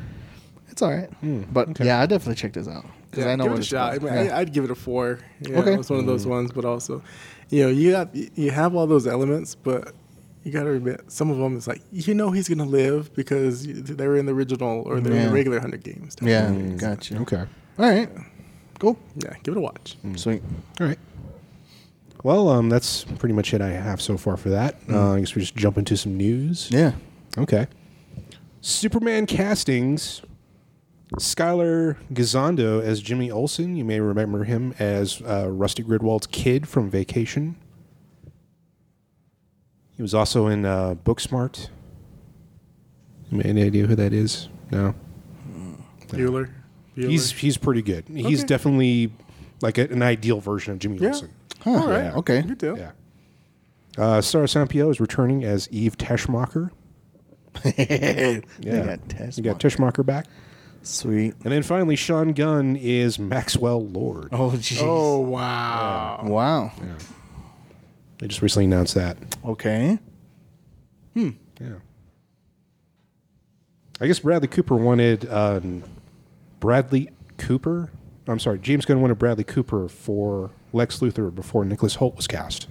it's all right. But yeah, I definitely check this out because I know
give
what
it a
it's
shot. I
about.
mean,
Yeah.
I, I'd give it a four. Yeah,
Okay. Mm-hmm.
it's one of those ones, but also, you know, you got you have all those elements, but you got to admit some of them is like you know he's gonna live because they were in the original or they're in
Yeah.
the regular Hunger Games. type
yeah,
of thing.
gotcha.
Okay.
All right, cool,
yeah, give it a watch.
sweet.
All right. Well, um, that's pretty much it I have so far for that. Uh, I guess we just jump into some news.
Yeah,
Okay. Superman castings. Skylar Gizondo as Jimmy Olsen. You may remember him as uh, Rusty Gridwold's kid from Vacation. He was also in uh, Booksmart. You may any idea who that is? No.
Bueller. Bueller.
He's he's pretty good. He's
Okay.
definitely like a, an ideal version of Jimmy
Yeah. Oh.
Olsen.
Huh,
all right.
yeah.
okay. [LAUGHS]
Good deal.
Yeah. Uh, Sarah Sampio is returning as Eve Teschmacher.
yeah,
Yeah.
got Tess.
You got Teschmacher back.
sweet.
And then finally, Sean Gunn is Maxwell Lord.
Oh [LAUGHS] jeez.
Oh wow.
wow.
They just recently announced that.
Okay.
Yeah. I guess Bradley Cooper wanted um, Bradley Cooper. I'm sorry, James Gunn wanted Bradley Cooper for Lex Luthor before Nicholas Holt was cast.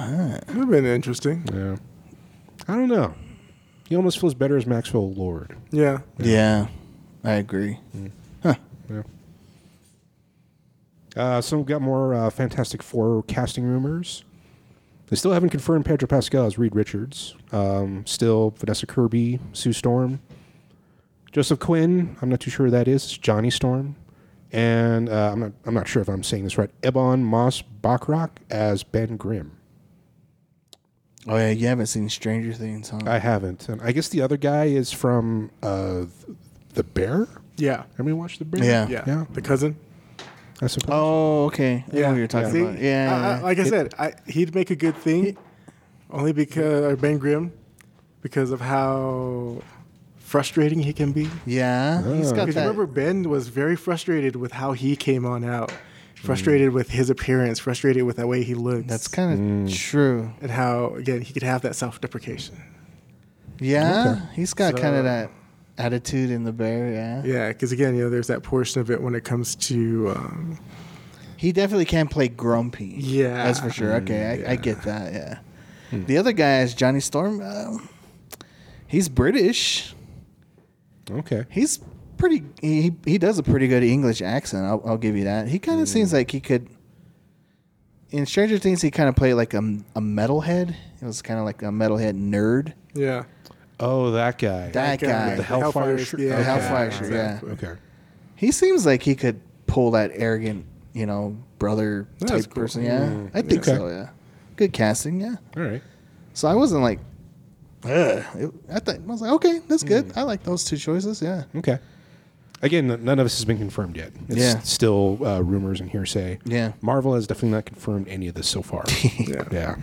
Would have been interesting.
Yeah. I don't know. He almost feels better as Maxwell Lord.
Yeah.
Yeah, I agree.
Yeah. Uh, some got more uh, Fantastic Four casting rumors. They still haven't confirmed Pedro Pascal as Reed Richards. Um, still Vanessa Kirby, Sue Storm, Joseph Quinn. I'm not too sure who that is. It's Johnny Storm, and uh, I'm not. I'm not sure if I'm saying this right. Ebon Moss Bachrach as Ben Grimm.
Oh yeah, you haven't seen Stranger Things, huh?
I haven't, and I guess the other guy is from uh, th- the Bear.
Yeah.
Everybody watch the Bear?
Yeah.
Yeah.
Yeah.
The cousin.
I suppose.
oh okay. I know what you're talking
See,
about. Yeah.
I- I- like I said, I, he'd make a good thing, only because or Ben Grimm, because of how frustrating he can be.
yeah. He's got
Because
that.
remember, Ben was very frustrated with how he came on out,
Mm.
frustrated with his appearance, frustrated with the way he looks.
That's kind of
Hmm.
true.
and how again he could have that self-deprecation.
Yeah, he's got
So-
kind of that attitude in the bear. Yeah,
Yeah, because again, you know, there's that portion of it when it comes to um,
he definitely can play grumpy.
Yeah.
that's for sure. Okay, I, I get that. Yeah, the other guy is Johnny Storm. Um, he's British.
okay.
He's pretty. He he does a pretty good English accent. I'll, I'll give you that. He kind of seems like he could. In Stranger Things, he kind of played like a, a metalhead. It was kind of like a metalhead nerd.
yeah
Oh, that guy.
That guy.
The Hellfire shirt.
Yeah,
The Hellfire shirt, yeah.
Okay.
He seems like he could pull that arrogant, you know, brother
That's
type
cool.
person. Yeah, I think
Okay.
so. Yeah, good casting. Yeah.
All right.
So I wasn't like, Ugh. It- I thought I was like, okay, that's good. I like those two choices. Yeah.
Okay. Again, n- none of this has been confirmed yet. It's
Yeah.
still uh, rumors and hearsay.
Yeah.
Marvel has definitely not confirmed any of this so
[LAUGHS]
far.
yeah.
yeah.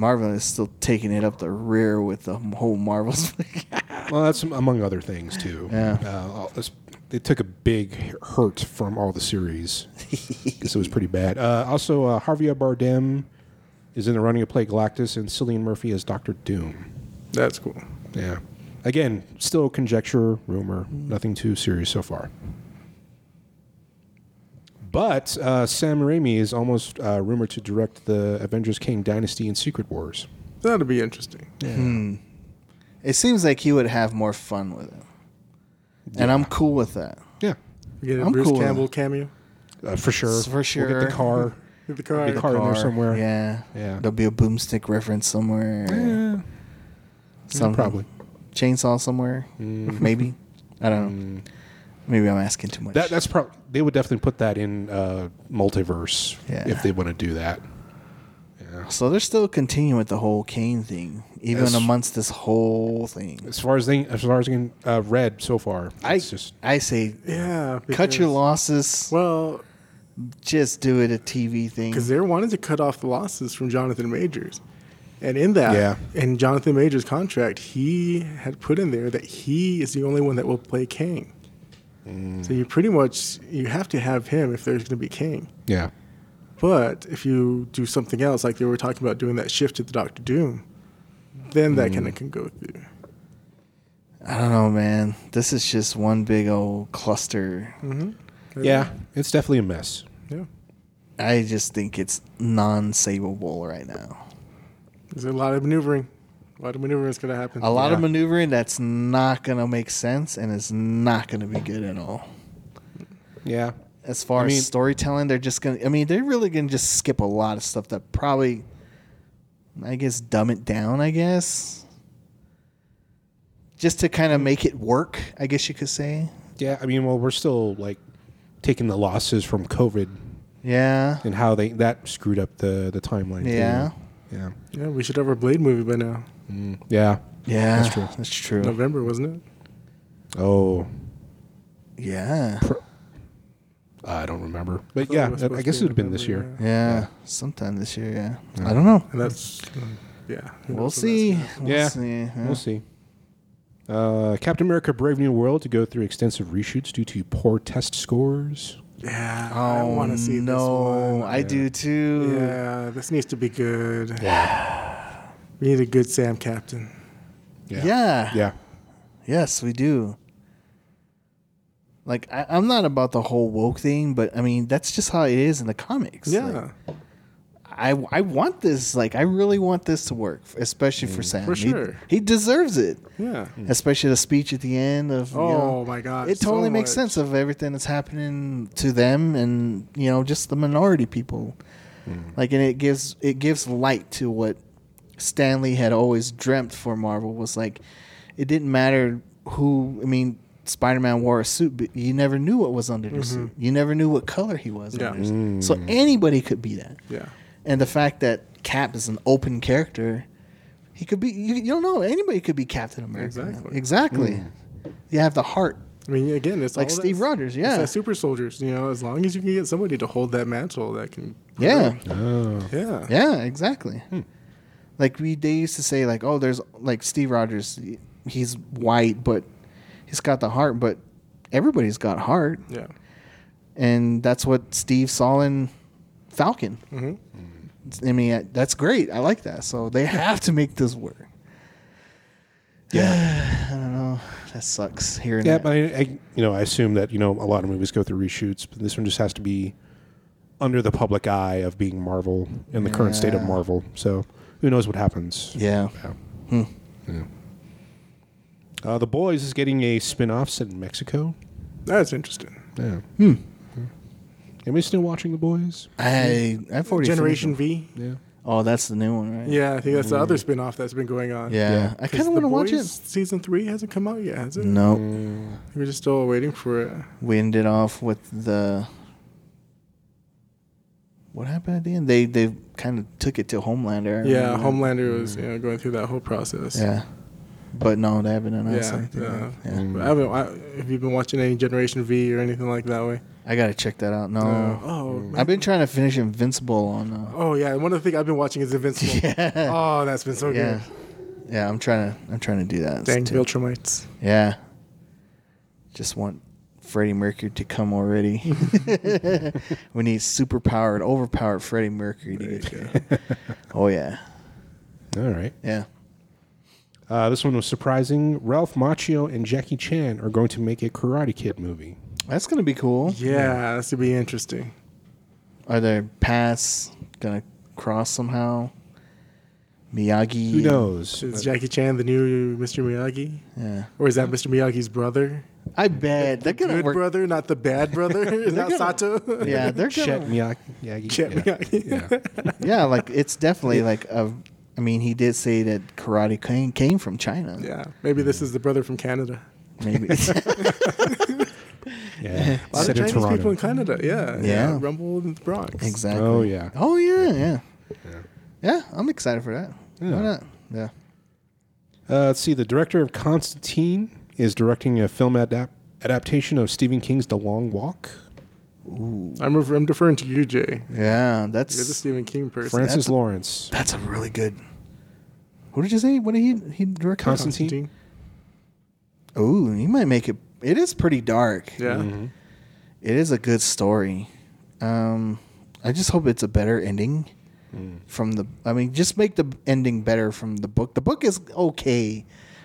Marvel is still taking it up the [LAUGHS] rear with the whole Marvels.
Well, that's among other things too.
Yeah.
Uh, all- it's- they took a big hurt from all the
[LAUGHS]
series because it was pretty bad. Uh, also, uh, Javier Bardem is in the running to play Galactus, and Cillian Murphy as Doctor Doom.
That's cool.
Yeah. Again, still conjecture, rumor, nothing too serious so far. But uh, Sam Raimi is almost uh, rumored to direct the Avengers Kang Dynasty and Secret Wars.
That'll be interesting.
It seems like he would have more fun with it, and I'm cool with that.
Yeah,
You get a
I'm
Bruce
cool with
Campbell cameo.
uh, for sure.
For
We'll get
sure.
the car.
Hit the car.
The car. in there somewhere.
Yeah,
Yeah.
There'll be a boomstick reference somewhere.
Yeah,
Some
probably.
chainsaw somewhere. Maybe I don't know. Maybe I'm asking too much.
That, that's probably they would definitely put that in uh, multiverse
Yeah.
if they want to do that.
so they're still continuing with the whole Kane thing, even
That's-
amongst this whole thing.
As far as they, as far as I can uh, read so far,
I
it's just
I say
Yeah.
cut your
because-
losses.
Well,
Just do it a TV thing.
because they wanted to cut off the losses from Jonathan Majors. And in that,
Yeah.
in Jonathan Majors' contract, he had put in there that he is the only one that will play Kang.
Mm.
So you pretty much you have to have him if there's going to be Kang.
yeah.
But if you do something else, like they were talking about doing that shift to the Doctor Doom, then that
Mm.
kind of can go through.
I don't know, man. This is just one big old cluster.
Mm-hmm. Yeah, it's definitely a mess.
Yeah.
I just think it's non-savable right now.
There's a lot of maneuvering. A lot of maneuvering is going to happen.
A lot of
Yeah.
maneuvering that's not gonna make sense and it's not gonna be good at all.
Yeah,
As far
I mean-
as storytelling, they're just gonna. I mean, they're really gonna just skip a lot of stuff that probably, I guess, dumb it down. I guess, just to kind of make it work. I guess you could say.
yeah. I mean, well, we're still like taking the losses from COVID
Yeah.
and how they that screwed up the the timeline. too.
Yeah.
yeah,
Yeah, we should have our Blade movie by now.
yeah.
Yeah.
That's true.
That's true.
November, wasn't it?
Oh,
Yeah.
I don't remember, but
thought it
yeah,
was
I
supposed
I guess it
to
would
be
have been this
November,
year.
yeah. Sometime this year. Yeah. I don't know.
And that's, mm, yeah. who
We'll
knows what
see.
that's
We'll
Yeah.
see. Yeah.
We'll see. Uh, Captain America: Brave New World to go through extensive reshoots due to poor test scores.
Yeah,
Oh,
I want to see
no, I do
this
too.
one. Yeah, this needs to be good. We need a good Sam captain.
Yeah.
yeah.
Yeah.
Yes, we do. Like I, I'm not about the whole woke thing, but I mean that's just how it is in the comics.
Yeah,
Like, I I want this. Like I really want this to work, especially for Sam.
Mm, for
He-
sure.
he, deserves it.
yeah.
Especially the speech at the end of. you
Oh
know,
my God,
It
so
totally makes
much.
sense of everything that's happening to them, and you know, just the minority people. Like, and it gives it gives light to what Stanley had always dreamt for Marvel was like, it didn't matter who. I mean, Spider Man wore a suit, but you never knew what was under the suit. You never knew what color he was.
Mm-hmm. Yeah.
Under. his- So anybody could be that
Yeah,
and the fact that Cap is an open character, he could be. You, you don't know anybody could be Captain America.
Exactly.
Exactly. You have the heart.
I mean, again, it's
Like
all
Steve
that-
Rogers,
it's
yeah.
that super soldiers. You know, as long as you can get somebody to hold that mantle, that can.
Yeah.
Oh.
Yeah.
Yeah. Exactly.
Hmm.
Like we, they used to say, like, oh, there's like Steve Rogers. He's white, but he's got the heart. But everybody's got heart,
Yeah.
and that's what Steve saw in Falcon.
Mm-hmm.
I mean, that's great. I like that. So they [LAUGHS] have to make this work. [SIGHS]
Yeah.
I don't know. That sucks. Hearing
Yeah,
that.
but I, I, you know, I assume that you know a lot of movies go through reshoots, but this one just has to be under the public eye of being Marvel in the current state of
Yeah.
Marvel. So who knows what happens?
Yeah.
Yeah. Yeah. Uh, the Boys is getting a spin-off set in Mexico.
That's interesting.
Yeah. Am I still watching The Boys?
I I've already
Generation
finished
V.
Yeah.
them. Oh, that's the new one, right?
Yeah, I think that's the other spin off that's been going on.
Mm. Yeah.
Yeah.
I
'Cause
kind of
The
want to watch
Boys
it. Mm.
Season three hasn't come out yet, has it?
No,
Mm-hmm.
We're just still waiting for it.
we ended off with the. What happened at the end? They they kind of took it to Homelander. I
Yeah,
remember.
Homelander was you know going through that whole process.
Mm. Yeah, but no, they haven't announced
Yeah,
anything.
yeah.
Yeah.
But I
Mm.
haven't. I, have you been watching any Generation V or anything like that way?
I gotta check that out. No, Mm.
Uh, oh, man.
I've been trying to finish Invincible on. Uh,
oh yeah. One of the things I've been watching is Invincible.
[LAUGHS] yeah,
Oh, that's been so
yeah, yeah. I'm trying to I'm trying to do that.
good. Dang,
too.
Viltrumites.
Yeah. Just want Freddie Mercury to come [LAUGHS] already. we need superpowered, overpowered Freddie Mercury to get there. [LAUGHS] oh yeah,
All right.
yeah.
Uh, this one was surprising. Ralph Macchio and Jackie Chan are going to make a Karate Kid movie.
That's gonna be cool.
Yeah, that's gonna be interesting.
Are their paths gonna cross somehow? Miyagi.
Who knows?
Is Jackie Chan the new Mr. Miyagi,
Yeah.
or is that Mr. Miyagi's brother?
I bet they're gonna
Good
work.
brother, not the bad brother, not Sato.
[LAUGHS]
[LAUGHS]
Yeah, they're
Chet
gonna.
Miyagi. Miyagi.
Chet
yeah.
Miyagi.
Yeah.
yeah, like it's definitely like a. I mean, he did say that karate came, came from China.
[LAUGHS] Yeah, maybe this is the brother from Canada.
Maybe.
yeah.
A lot of
Set in
Chinese
Toronto.
people in Canada. Yeah,
Yeah.
Rumble in the Bronx.
exactly.
Oh, yeah.
Oh yeah, yeah. Yeah, I'm excited for that.
Yeah.
Why not? Yeah.
Uh, let's see. The director of Constantine is directing a film adap- adaptation of Stephen King's The Long Walk.
I'm, refer- I'm deferring to you, Jay.
Yeah,
You're the
that's
Stephen King person.
Francis
that's a-
Lawrence.
that's a really good. What did you say? What did he he directed?
Constant-
Constantine.
Oh, he might make it. It is pretty dark.
Yeah.
It is a good story. Um, I just hope it's a better ending
Hmm.
from the. I mean, just make the ending better from the book. The book is okay,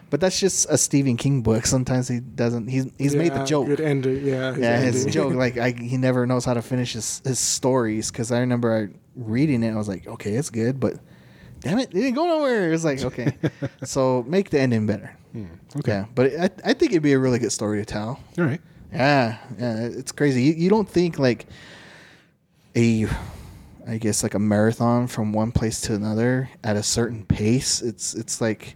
but that's just a Stephen King book. Sometimes he doesn't. He's he's made the
Yeah,
joke.
Good ending. Yeah.
Yeah, his
ending. [LAUGHS]
joke. Like I, he never knows how to finish his, his stories. Because I remember I, reading it, I was like, okay, it's good, but damn it, it didn't go nowhere. It was
[LAUGHS]
like, okay, so make the ending better.
Hmm.
Okay.
Yeah, but I, I think it'd be a really good story to tell.
All right.
Yeah, yeah, it's crazy. You, you don't think like a, I guess like a marathon from one place to another at a certain pace. It's it's like,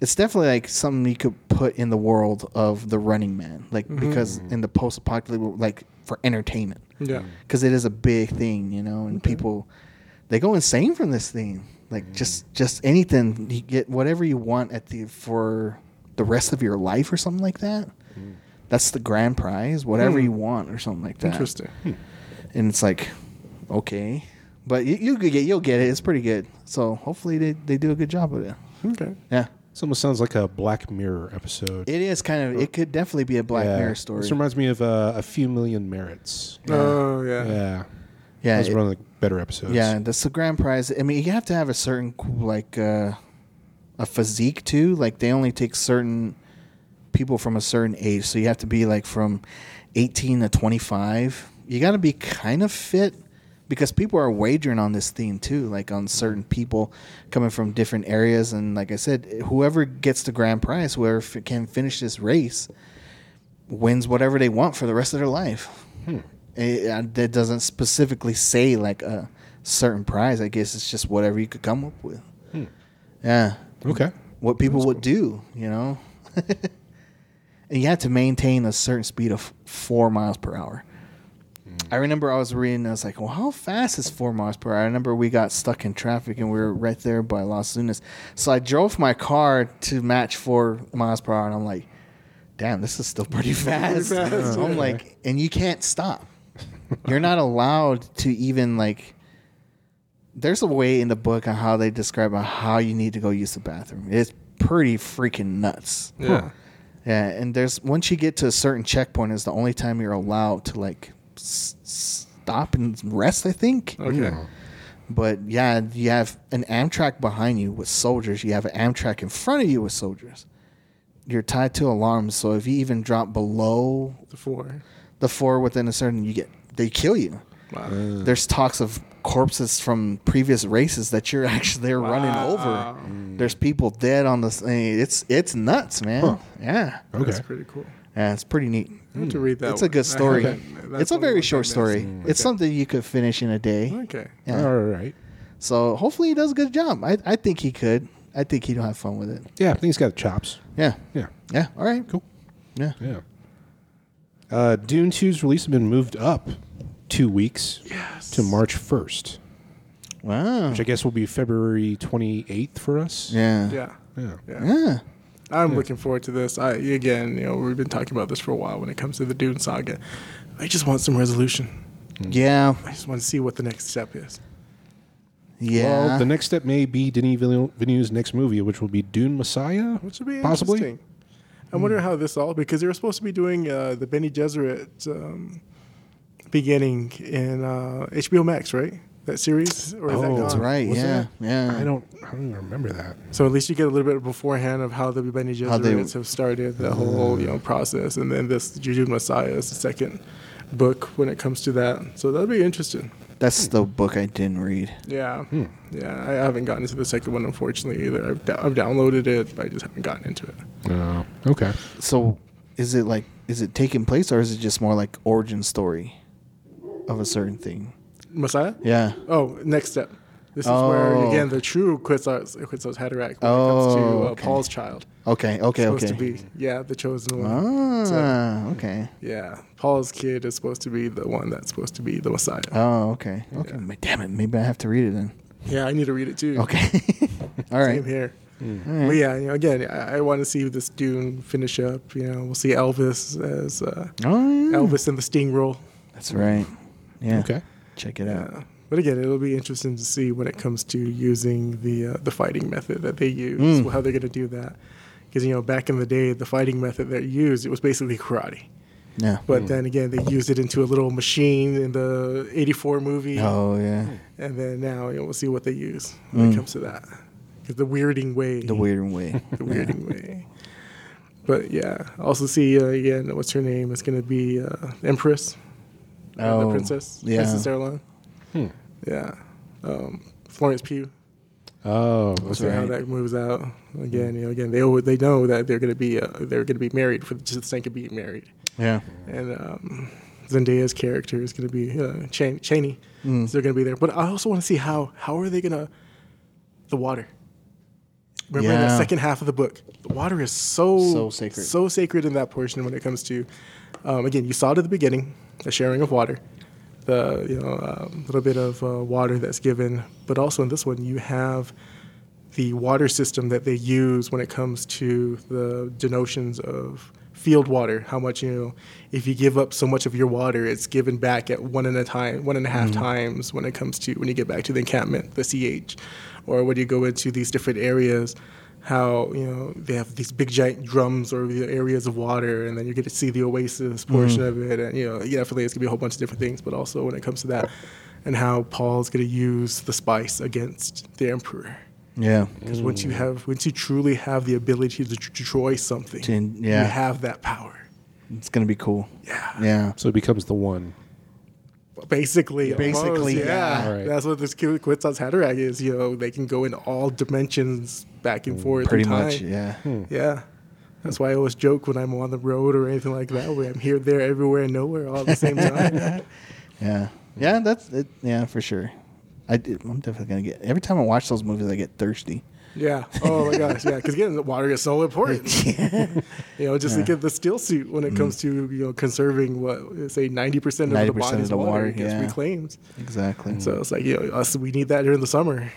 it's definitely like something you could put in the world of the Running Man, like because in the post-apocalyptic, like for entertainment,
Yeah.
because it is a big thing, you know, and people they go insane from this thing. Like
Mm.
just just anything you get whatever you want at the for the rest of your life or something like that.
Mm.
That's the grand prize, whatever
Hmm.
you want or something like that.
Interesting.
Hmm.
And it's like okay, but you, you could get you'll get it. It's pretty good. So hopefully they, they do a good job with it.
Hmm.
Okay.
Yeah.
This almost sounds like a Black Mirror episode.
It is kind of it could definitely be a Black
Yeah.
Mirror story.
This reminds me of uh, A Few Million Merits.
Oh yeah.
Yeah.
yeah.
That was
it-
one of the better episodes.
Yeah, that's the grand prize. I mean, you have to have a certain like uh, a physique too. Like they only take certain people from a certain age, so you have to be like from eighteen to twenty five. You got to be kind of fit because people are wagering on this theme too, like on certain people coming from different areas. And like I said, whoever gets the grand prize, whoever f- can finish this race, wins whatever they want for the rest of their life. It, uh, that doesn't specifically say like a certain prize. I guess it's just whatever you could come up with. Yeah,
Okay.
what people would do, you know. [LAUGHS] and you have to maintain a certain speed of four miles per hour. I remember I was reading. I was like, "Well, how fast is four miles per hour?" I remember we got stuck in traffic and we were right there by Las Lunas. So I drove my car to match four miles per hour, and I'm like, "Damn, this is still pretty fast."
fast,
I'm like, and you can't stop. You're not allowed to even like. There's a way in the book on how they describe on how you need to go use the bathroom. It's pretty freaking nuts.
Yeah.
Yeah, and there's once you get to a certain checkpoint is the only time you're allowed to like s- stop and rest, I think.
Okay.
But yeah, you have an Amtrak behind you with soldiers. You have an Amtrak in front of you with soldiers. You're tied to alarms, so if you even drop below
The four.
the four within a certain, you get they kill you.
Wow.
Uh,
There's talks of corpses from previous races that you're [LAUGHS] actually they're running
Wow. Mm.
over. There's people dead on the thing. It's it's nuts, man. Yeah.
Okay.
That's pretty cool.
Yeah, it's pretty neat.
I have to read that.
Hmm. It's a
one.
good story.
I haven't- that's
It's a
one of the
very
ones I
short
missed.
story. It's something you could finish in a day.
Okay.
Yeah.
Uh, All right.
So hopefully he does a good job. I, I think he could. I think he'd have fun with it.
Yeah, I think he's got the chops.
Yeah.
Yeah.
Yeah. All right.
Cool.
Yeah.
Yeah. Uh, Dune 2's release has been moved up two weeks to March 1st,
Wow.
which I guess will be February 28th for us.
Yeah. Yeah.
Yeah.
Yeah.
Yeah. I'm looking forward to this. I again, you know, we've been talking about this for a while when it comes to the Dune saga. I just want some resolution.
Yeah.
I just want to see what the next step is.
Yeah.
Well, the next step may be Denis Villeneuve's next movie, which will be Dune Messiah,
Which would be
possibly.
interesting. I wonder how this all because they were supposed to be doing uh, the Benny Gesserit um, beginning in uh, HBO Max, right? That series, or is that
Oh,
gone?
that's
That's right.
Was
yeah. Yeah.
I don't. I don't even remember that.
So at least you get a little bit beforehand of how the Benny
How they- Mm-hmm.
Gesserits have started the whole you know process, and then this Juju Messiah is the second book when it comes to that. So that'll be interesting.
That's the book I didn't read.
Yeah,
Hmm.
yeah. I haven't gotten into the second one unfortunately either. I've, dou- I've downloaded it, but I just haven't gotten into it.
Oh, okay.
So, is it like is it taking place or is it just more like origin story of a certain thing?
Messiah.
Yeah.
Oh, next step. This is where
Oh.
again the true Quetzal's, Quetzal's Haderach when it comes to
Oh,
uh,
okay.
Paul's child.
Okay. Okay.
supposed
Okay.
to be yeah the chosen one.
Ah. Okay.
Yeah, Paul's kid is supposed to be the one that's supposed to be the Messiah.
Oh. Okay. Okay. Ma- Damn it. Maybe I have to read it then.
yeah, I need to read it too.
Okay. [LAUGHS] All
Same
right.
here. But yeah, you know, again, I, I want to see this Dune finish up. You know, we'll see Elvis as uh,
Oh, yeah.
Elvis in the Sting role.
That's right. Yeah.
Okay.
Check it out.
Uh, but again, it'll be interesting to see when it comes to using the uh, the fighting method that they use,
Hmm.
how they're going to do that. Because you know, back in the day, the fighting method that used it was basically karate.
Yeah.
But then again, they used it into a little machine in the '84 movie,
Oh yeah.
and then now you know, we'll see what they use when it comes to that. 'Cause the weirding way,
The weird way.
[LAUGHS] the
[LAUGHS]
weirding way. But yeah, also see uh, again, what's her name? It's going to be uh, Empress uh, the princess,
Oh, Yeah.
Princess Erlon. Yeah, um, Florence Pugh.
Oh, that's
See how
right. Hmm.
that moves out again. You know, again, they always, they know that they're gonna be uh, they're gonna be married for just the sake of being married,
Yeah.
and um, Zendaya's character is gonna be uh, Chan- Chaney.
Hmm.
So they're gonna be there, but I also want to see how how are they gonna the water. Remember in
Yeah.
that second half of the book, the water is so
So sacred.
so sacred in that portion when it comes to, um, again, you saw it at the beginning, the sharing of water, the you know um, little bit of uh, water that's given, but also in this one you have the water system that they use when it comes to the denotions of field water. How much you know, if you give up so much of your water, it's given back at one and a time, one and a half
Mm-hmm.
times when it comes to when you get back to the encampment, the CH, or when you go into these different areas how you know they have these big giant drums or the areas of water, and then you get to see the oasis portion
Mm-hmm.
of it, and you know yeah, definitely it's gonna be a whole bunch of different things, but also when it comes to that, and how Paul's gonna use the spice against the emperor
Yeah.
because once you
Mm.
have once you truly have the ability to tr- destroy something,
To- yeah.
you have that power.
It's gonna be cool.
Yeah,
Yeah.
So it becomes the one.
basically, almost,
Basically, yeah.
Right.
That's what this Qu- Quetzal's Haderach is. You know, they can go in all dimensions, back and forth,
Pretty
in time. Hmm.
much. Yeah.
Yeah. That's why I always joke when I'm on the road or anything like that, where I'm here, there, everywhere, and nowhere all at the same time.
Yeah. Yeah. That's it. Yeah, for sure. I did, I'm definitely gonna get. Every time I watch those movies, I get thirsty.
yeah. Oh my gosh. Yeah. Because again, the water is so important. You know, just to get the steel suit when it comes to you know conserving what say ninety percent of the
90% of
body's
the
water,
water,
gets
yeah.
reclaimed.
exactly.
So it's like you know, us we need that during the summer.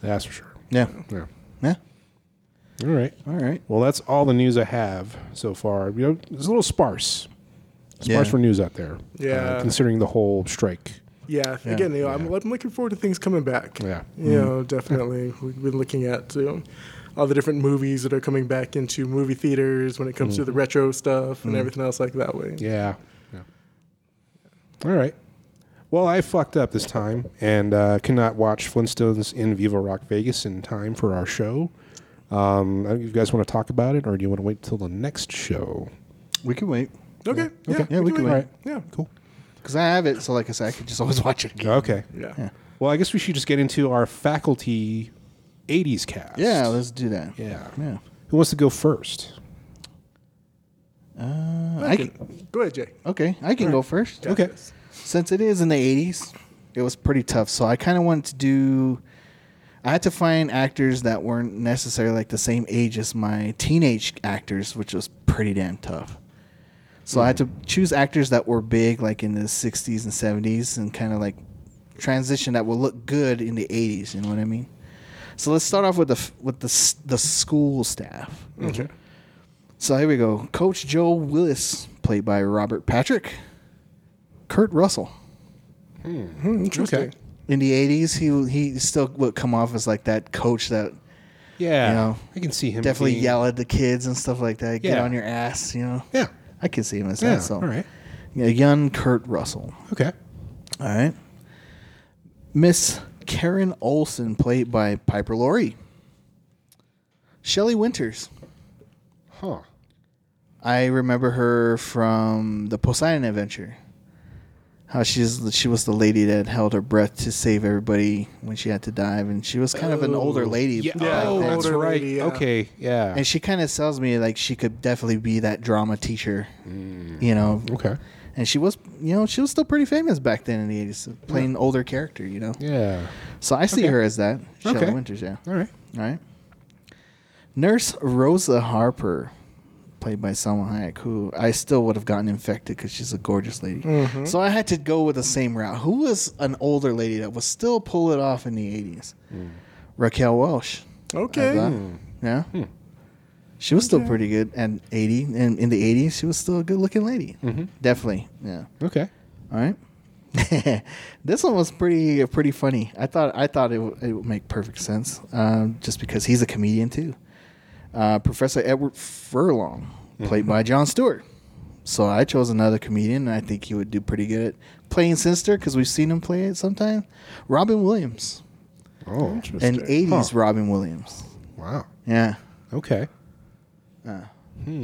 That's for sure.
Yeah.
Yeah.
Yeah.
All right.
All right.
Well, that's all the news I have so far. You know, it's a little sparse. Sparse
Yeah.
for news out there. uh,
Yeah.
considering the whole strike.
Yeah.
Yeah.
Again, you know, I'm, I'm looking forward to things coming back.
Yeah.
You know, definitely. We've been looking at you know, all the different movies that are coming back into movie theaters when it comes to the retro stuff and everything else like that way.
Yeah. Yeah. All right. Well, I fucked up this time and uh, cannot watch Flintstones in Viva Rock Vegas in time for our show. Um, I don't- you guys want to talk about it, or do you want to wait till the next show?
We can wait
Okay. Yeah.
Yeah, we can
wait.
wait.
Yeah.
Cool.
because I have it. So, like I said, I could just always watch it again.
Okay.
Yeah.
Yeah.
Well, I guess we should just get into our faculty 80s cast.
Yeah. Let's do that.
Yeah.
Yeah.
Who wants to go first?
Uh,
I
I
can-
can,
Go ahead, Jay.
okay. I can go first.
Got
Okay.
this.
since it is in the 80s it was pretty tough so i kind of wanted to do i had to find actors that weren't necessarily like the same age as my teenage actors which was pretty damn tough so i had to choose actors that were big like in the 60s and 70s and kind of like transition that will look good in the 80s you know what i mean so let's start off with the f- with the s- the school staff
Okay.
so here we go coach joe willis played by robert patrick kurt russell
Interesting.
Okay.
in the eighties, he he still would come off as like that coach that
Yeah,
You know,
I can see him
Definitely
being-
yell at the kids and stuff like that. Get
Yeah.
on your ass, you know.
Yeah,
I could see him as
yeah.
that. So,
All right,
yeah, young Kurt Russell.
okay.
All right. Miss Karen Olson, played by Piper Laurie. Shelley Winters.
Huh.
I remember her from the Poseidon Adventure. How she's she was the lady that held her breath to save everybody when she had to dive, and she was kind of an older lady.
Yeah.
back
oh,
then.
that's
Older
right.
lady, yeah.
Okay. Yeah.
And she kind of sells me like she could definitely be that drama teacher,
Mm.
you know.
okay.
And she was, you know, she was still pretty famous back then in the eighties, playing older character, you know.
Yeah.
So I see
Okay.
her as that. Shelley
Okay.
Winters, yeah.
All right.
All right. Nurse Rosa Harper, played by Salma Hayek, who I still would have gotten infected because she's a gorgeous lady. So I had to go with the same route. Who was an older lady that was still pull it off in the eighties? Raquel Welch.
Okay. Oh,
Yeah. She was still pretty good at eighty, and in the eighties, she was still a good-looking lady. Definitely, yeah.
Okay.
All right. [LAUGHS] this one was pretty pretty funny. I thought I thought it, w- it would make perfect sense, um, just because he's a comedian too. Uh, Professor Edward Furlong, played [LAUGHS] by John Stewart. So I chose another comedian, and I think he would do pretty good at playing Sinister because we've seen him play it sometime. Robin Williams,
Oh.
an '80s
Huh.
Robin Williams.
Wow.
Yeah, Uh,
Okay.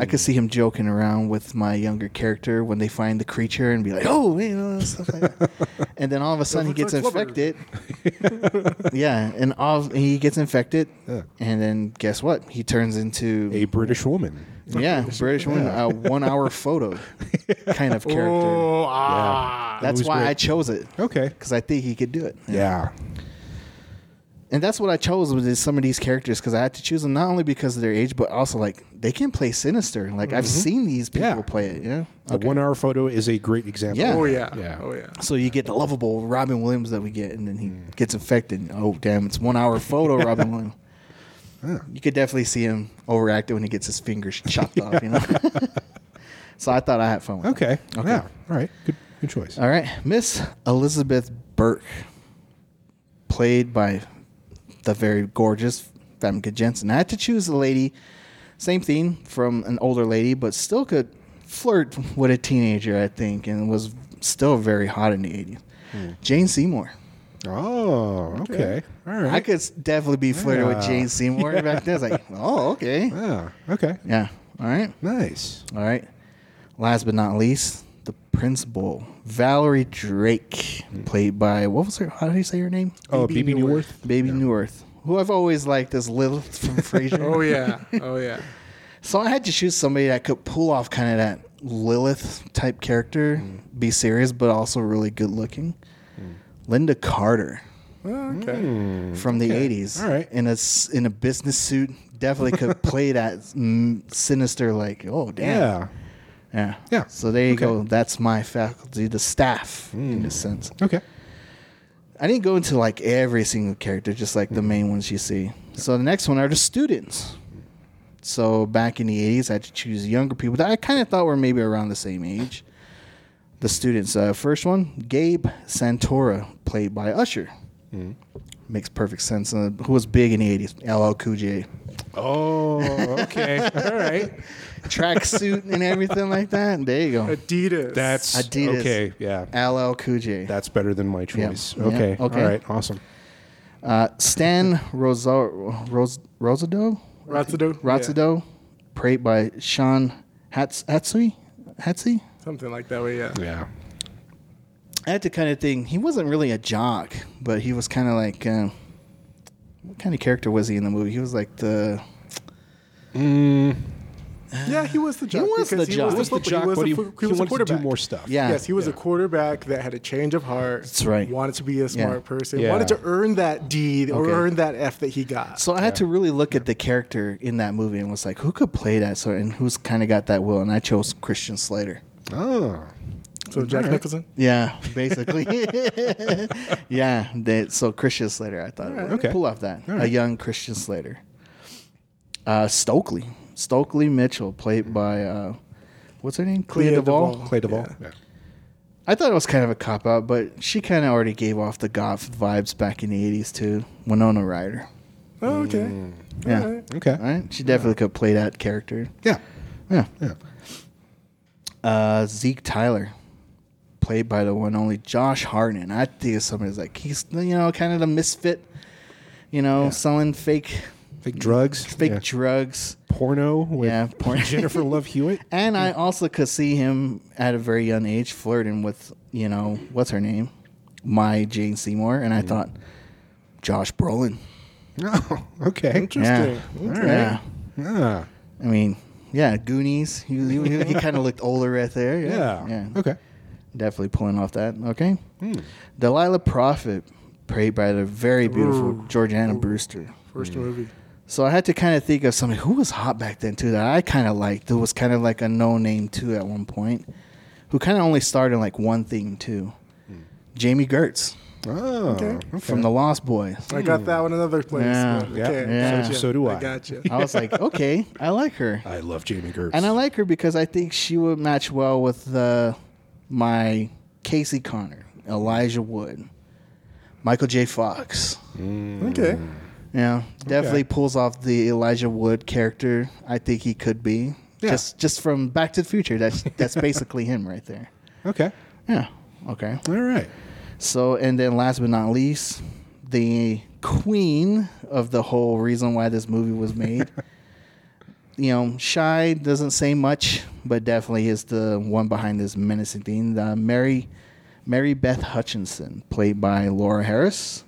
I could see him joking around with my younger character when they find the creature and be like, "Oh, you know," stuff
[LAUGHS]
like that. and then all of a sudden he
looks
gets
like Flubber.
infected.
Hmm.
yeah, and all of, he gets infected,
Yeah.
and then guess what? He turns into
A British woman.
yeah British woman,
[LAUGHS]
a one-hour photo kind of character.
Oh, ah.
That
That's
was
why
great.
I chose it
Okay.
because I think he could do it.
Yeah.
and that's what I chose with some of these characters because I had to choose them not only because of their age, but also like they can play sinister. Like I've seen these people
Mm-hmm. Yeah.
play it. Yeah,
The one-hour photo is a great example.
Yeah.
Oh, yeah.
Yeah.
Oh, yeah.
So you get the lovable Robin Williams that we get, and then he gets infected. Oh damn! It's one hour photo, Robin Williams. You could definitely see him overacting when he gets his fingers chopped off. You know. so I thought I had fun. With that.
Okay. Yeah. All right. Good. Good choice.
All right, Miss Elizabeth Burke, played by the very gorgeous Famke Jensen. I had to choose a lady, same theme from an older lady, but still could flirt with a teenager, I think, and was still very hot in the eighties.
Hmm.
Jane Seymour.
Oh. Okay. All right.
I could s- definitely be flirting
Yeah.
with Jane Seymour back then.
[LAUGHS]
It's like, oh, okay,
Yeah. Okay.
yeah, all right,
Nice.
all right. Last but not least, the principal, Valerie Drake, played by what was her? How do you say her name?
Oh, BB Newworth.
Baby New Earth, who I've always liked as Lilith from Frasier.
Oh, yeah. Oh, yeah. [LAUGHS]
So I had to choose somebody that could pull off kind of that Lilith type character, be serious but also really good looking. Linda Carter
Oh, okay.
from the '80s,
All right.
in a s- in a business suit, definitely could play that mm, sinister like, oh damn,
Yeah.
yeah,
Yeah.
So there you
Okay. Hmm.
go. That's my faculty, the staff in a sense.
Okay.
I didn't go into like every single character, just like the main ones you see. So the next one are the students. So back in the 80s, I had to choose younger people that I kind of thought were maybe around the same age. The students. Uh, first one, Gabe Santora, played by Usher.
Hmm.
Makes perfect sense. Uh, who was big in the 80s? LL Cool J.
Oh. Okay. All right.
Tracksuit and everything like that. There
[LAUGHS]
you
Uh,
go.
Adidas.
That's
Adidas.
okay. Yeah.
LL Cool J.
That's better than my choice.
Yeah.
Okay.
Yeah. Okay.
All right. Awesome.
Uh, Stan Rosa- Ros- Rosado?
Ratsido.
Ratsudo, prayed by Sean Hats- Hatsui. Hatsui.
Yeah. Something like that way, yeah.
Yeah.
I had to kind of think he wasn't really a jock, but he was kind of like uh, what kind of character was he in the movie? He was like the
Mm,
Yeah, he was the jock.
was the
because
jock.
He was the
football-
jock, but
a
he,
fo-
he
was a
wanted to do
quarterback.
more stuff.
yeah
Yes, he was a quarterback that had a change of heart. That's
right.
Wanted to be a smart person.
Yeah.
Wanted to earn that D or
Okay.
earn that F that he got.
So I had to really look at the character in that movie and was like, who could play that? So and who's kind of got that will? And I chose Christian Slater.
Oh.
So Jack Nicholson.
Yeah, basically. [LAUGHS] yeah, they, so Christian Slater, I thought. would
okay.
Pull off that.
All
A
right.
young Christian Slater. Uh, Stokely. Stokely Mitchell, played by, uh, what's her name? Clea,
Clea
Duvall.
Duvall.
Clay Duvall.
Yeah.
Yeah.
I thought it was kind of a cop out, but she kind of already gave off the goth vibes back in the 80s, too. Winona Ryder.
Oh, okay.
Mm.
Yeah.
All right.
Okay.
All right. She definitely could play that character.
Yeah.
Yeah.
Yeah.
Uh, Zeke Tyler, played by the one and only Josh Hartnett. I think of somebody's like he's you know kind of the misfit, you know, selling fake
Fake drugs.
fake
Yeah.
drugs.
porno with
Yeah, porn.
[LAUGHS] Jennifer Love
[LAUGHS]
Hewitt.
And I also could see him at a very young age flirting with you know what's her name, my Jane Seymour, and I thought Josh Brolin.
Oh, okay.
Interesting.
Yeah.
Okay.
Yeah.
Ah,
I mean, yeah, Goonies. He, he, he kind of looked older right there.
yeah.
Yeah. yeah.
Okay.
Definitely pulling off that. Okay. Delilah Prophet, played by the very beautiful Georgiana Brewster.
Mm.
First movie.
So I had to kind of think of somebody who was hot back then too that I kind of liked. Who was kind of like a no name too at one point, who kind of only starred in like one thing too. Jamie Gertz
Oh,
Okay.
okay.
from The Lost Boys.
I got that one another place.
Yeah.
Okay,
Yeah.
Yeah.
gotcha.
So do I.
I gotcha.
I was like, okay, I like her.
I love Jamie Gertz.
And I like her because I think she would match well with uh, my Casey Connor, Elijah Wood, Michael J. Fox.
Mm.
Okay.
Yeah, definitely pulls off the Elijah Wood character. I think he could be
Yeah.
just just from Back to the Future. That's that's basically him right there.
Okay.
Yeah. Okay.
All right.
So and then last but not least, the queen of the whole reason why this movie was made. you know, shy doesn't say much, but definitely is the one behind this menacing thing. The Mary Mary Beth Hutchinson, played by Laura Harris,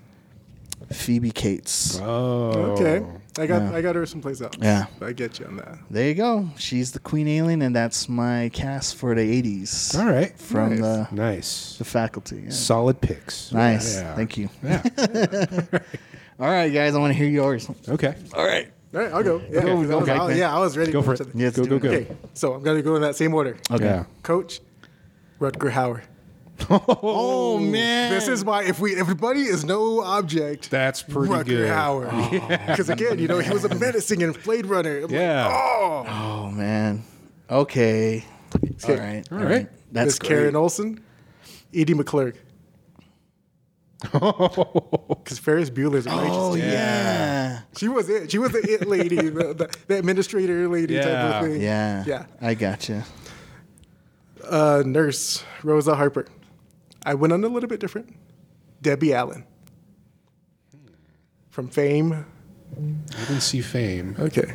Phoebe Cates.
Oh.
Okay. I got
Yeah.
I got her someplace else.
Yeah.
But I get you on that.
There you go. She's the queen alien, and that's my cast for the '80s
All right.
from
Nice.
the
Nice.
the faculty. yeah.
Solid picks.
Nice.
Yeah.
Thank you.
Yeah.
[LAUGHS] All right, guys, I want to hear yours.
Okay.
All right.
All right, I'll go. Yeah, 'cause I
Go, go,
was-
okay.
I'll- yeah, I was ready.
Go for
each
it.
other.
Yes,
go, go,
do
go.
Okay, so I'm gonna go in that same order.
[LAUGHS]
Okay.
Yeah.
Coach, Rutger Hauer.
Oh man,
This is why if we everybody is no object.
That's pretty
Rutger
good.
Oh,
Hauer. [LAUGHS] Because again, you know, he was a menacing in Blade Runner. I'm
Yeah.
Like, oh.
Oh man. Okay. All
Okay.
right.
All right.
That's
Miss Karen
great.
Olsen, Edie
[LAUGHS]
McClurg. Because Ferris Bueller's a righteous.
Oh
dude.
yeah.
She was it. She was the it lady, the, the, the administrator lady
Yeah.
type of thing.
Yeah.
Yeah.
I gotcha.
Uh, nurse, Rosa Harper. I went on a little bit different. Debbie Allen. From Fame.
I didn't see fame.
Okay.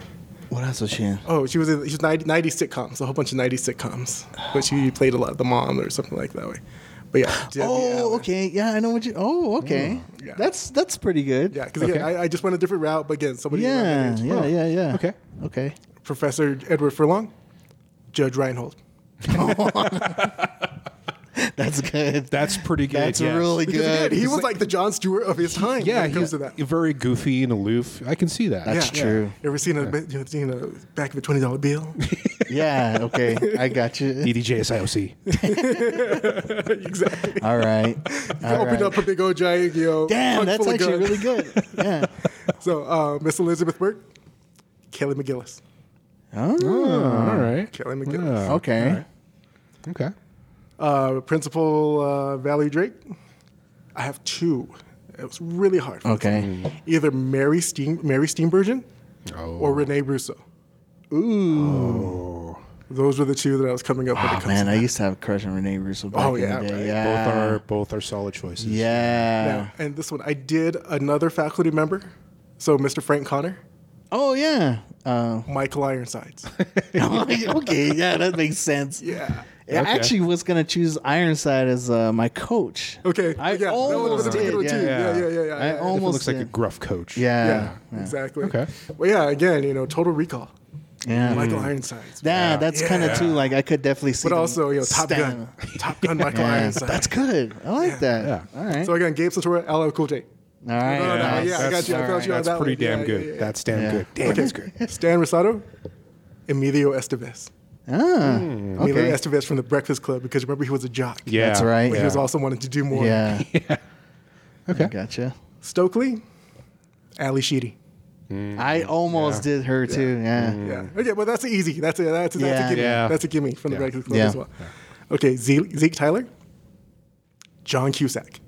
What else was she in?
Oh, she was in she was 90, 90 sitcoms, a whole bunch of 90 sitcoms. But she played a lot of the mom or something like that way. But yeah. Debbie
Oh,
Allen.
okay. Yeah, I know what you. Oh, okay.
Yeah.
That's that's pretty good.
Yeah, Oh. because again,
Okay.
I, I just went a different route, but again, somebody around
Yeah.
that age.
Yeah. Yeah. Yeah.
Okay.
Okay. [LAUGHS]
Professor Edward Furlong, Judge Reinhold.
That's good.
That's pretty good.
that's
yes.
really
Because
good.
again, he was like, the John Stewart of his time
Yeah,
when it comes
he's
to that.
very goofy and aloof. I can see that.
That's
Yeah.
true.
Ever seen a, bit- you know, seen a back of a twenty dollar
[LAUGHS]
bill? [LAUGHS]
[LAUGHS] Yeah. Okay. I got
E
you.
[LAUGHS]
EDJSIOC.
exactly. [LAUGHS]
All right. All
Opened
right.
up a big old giant, you know,
Damn,
trunk
that's
full of
actually
[LAUGHS] guns.
really good. Yeah.
So, uh, Miss Elizabeth Burke, Kelly McGillis,
Oh,
Oh, all right.
Kelly McGillis,
Yeah.
okay.
Okay.
uh, Principal uh, Valerie Drake. I have two. It was really hard.
Oh.
for this
Okay.
one. Either Mary Steen Mary Steenburgen
Oh.
or Renee Russo.
Oh.
Those were the two that I was coming up with.
Oh man, I used to have a crush on Renee Russo back
Oh,
in
yeah,
the day.
right.
Yeah.
both are both are solid choices.
Yeah.
Now, and this one, I did another faculty member. So, Mr. Frank Connor,
Oh yeah.
[LAUGHS]
Uh, [LAUGHS]
Michael Ironsides.
okay. Yeah, that makes sense.
yeah.
I
Okay.
actually was gonna choose Ironside as uh, my coach.
Okay.
I
yeah,
almost
that would've been a good one
did,
too. Yeah,
yeah.
yeah, yeah. yeah,
I
yeah.
It
almost
looks like a
did.
gruff coach.
Yeah,
Yeah. Mm-hmm.
exactly.
Okay.
Well, yeah, again, you know, Total Recall.
Yeah.
Michael Ironsides.
Yeah, that's kind of too like I could definitely see.
But
them
also, you know, Top Gun. [LAUGHS]
stand-
Top Gun Michael
Yeah,
Ironsides.
that's good. I like that.
Yeah.
All right.
So again, Gabe Satora, LL Cool J.
All right.
Oh, no,
nice.
yeah, I got you. I
All
felt you on
That's
that
pretty
one.
damn
Yeah,
good.
yeah, yeah.
That's damn
Yeah.
good. Damn, that's
[LAUGHS]
good.
Stan Rosato, Emilio Estevez.
Hmm.
Ah,
Emilio
okay.
Estevez from The Breakfast Club, because remember he was a jock.
Yeah.
That's right.
But he was also wanted to do more.
[LAUGHS]
Yeah.
Okay.
I gotcha.
Stokely, Ali Sheedy.
I almost did her too. Yeah.
Yeah. Okay, well that's easy. That's a that's a, that's
Yeah.
a gimme.
Yeah.
That's a gimme from the
Yeah.
Breakfast Club
Yeah.
as well. Okay, Ze- Zeke Tyler, John Cusack.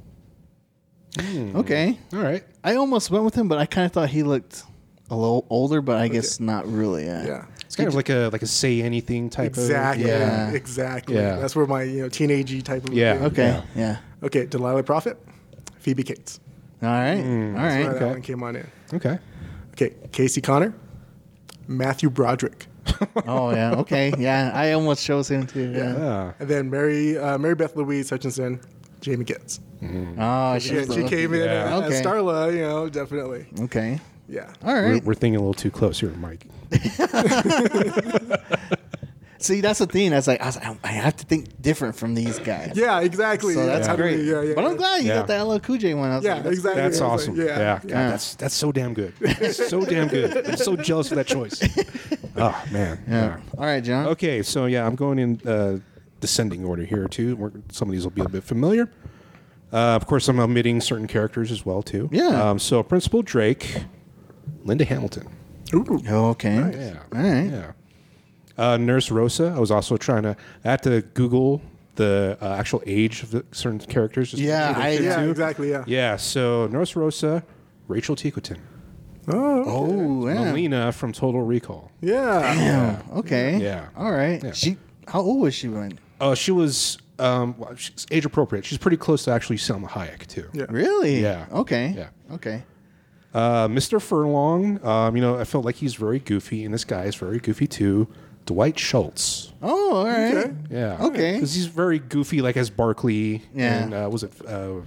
Okay.
All right.
I almost went with him, but I kind of thought he looked a little older, but I guess not really. Yeah.
Yeah.
It's kind of like a like a say anything type
Exactly.
of
Yeah.
Exactly.
Yeah.
That's where my you know teenagey type of
Yeah.
thing-
Okay.
Yeah.
Yeah.
Okay. Delilah Prophet, Phoebe Cates.
All right. All
Mm. That's why
right.
that
Okay.
one came on in.
Okay.
Okay. Casey Connor, Matthew
[LAUGHS]
Broderick,
Oh yeah.
[LAUGHS]
Okay. Yeah. I almost chose him too. Yeah.
Ah.
and then Mary uh, Mary Beth Louise Hutchinson, Jamie Getz.
Oh,
She,
she's
she
the-
came in
Yeah.
as- as
Okay.
Starla. You know, definitely.
Okay.
Yeah.
All
We're,
right.
we're thinking a little too close here, Mike.
See, that's the thing. That's like I, was, like, I have to think different from these guys.
Yeah. Exactly.
So
Yeah.
that's
How do we-
great.
Yeah. Yeah.
but I'm
yeah.
glad you
Yeah.
got that LL Cool J one. I was
Yeah,
like, that's-
exactly.
That's
It's like,
awesome. yeah. God, That's that's so damn good. so damn good. I'm so jealous of that
[LAUGHS]
choice. Oh man.
Yeah. All right, John.
Okay, so yeah, I'm going in uh, descending order here too. We're, some of these will be a bit familiar. Uh, of course, I'm omitting certain characters as well too.
Yeah.
Um, so Principal Drake, Linda Hamilton.
Ooh.
Okay.
Yeah.
All right.
Yeah. Uh, Nurse Rosa. I was also trying to. I had to Google the uh, actual age of the certain characters. just to
Yeah,
make sure
I-
they fit
Yeah.
too.
Exactly. Yeah.
Yeah. So Nurse Rosa, Rachel Ticotin,
Oh.
Oh, yeah.
Melina from Total Recall.
Yeah.
Yeah. Okay.
Yeah.
All right.
Yeah.
She. How old was she when?
Oh, she was um, well, she's age appropriate. She's pretty close to actually Selma Hayek too.
Yeah.
Really?
Yeah.
Okay.
Yeah.
Okay.
Uh, Mr. Furlong, um, you know, I felt like he's very goofy, and this guy is very goofy too. Dwight Schultz.
Oh, all right.
Okay.
Yeah.
Okay.
Because he's very goofy, like as Barkley.
Yeah.
And uh, was it uh,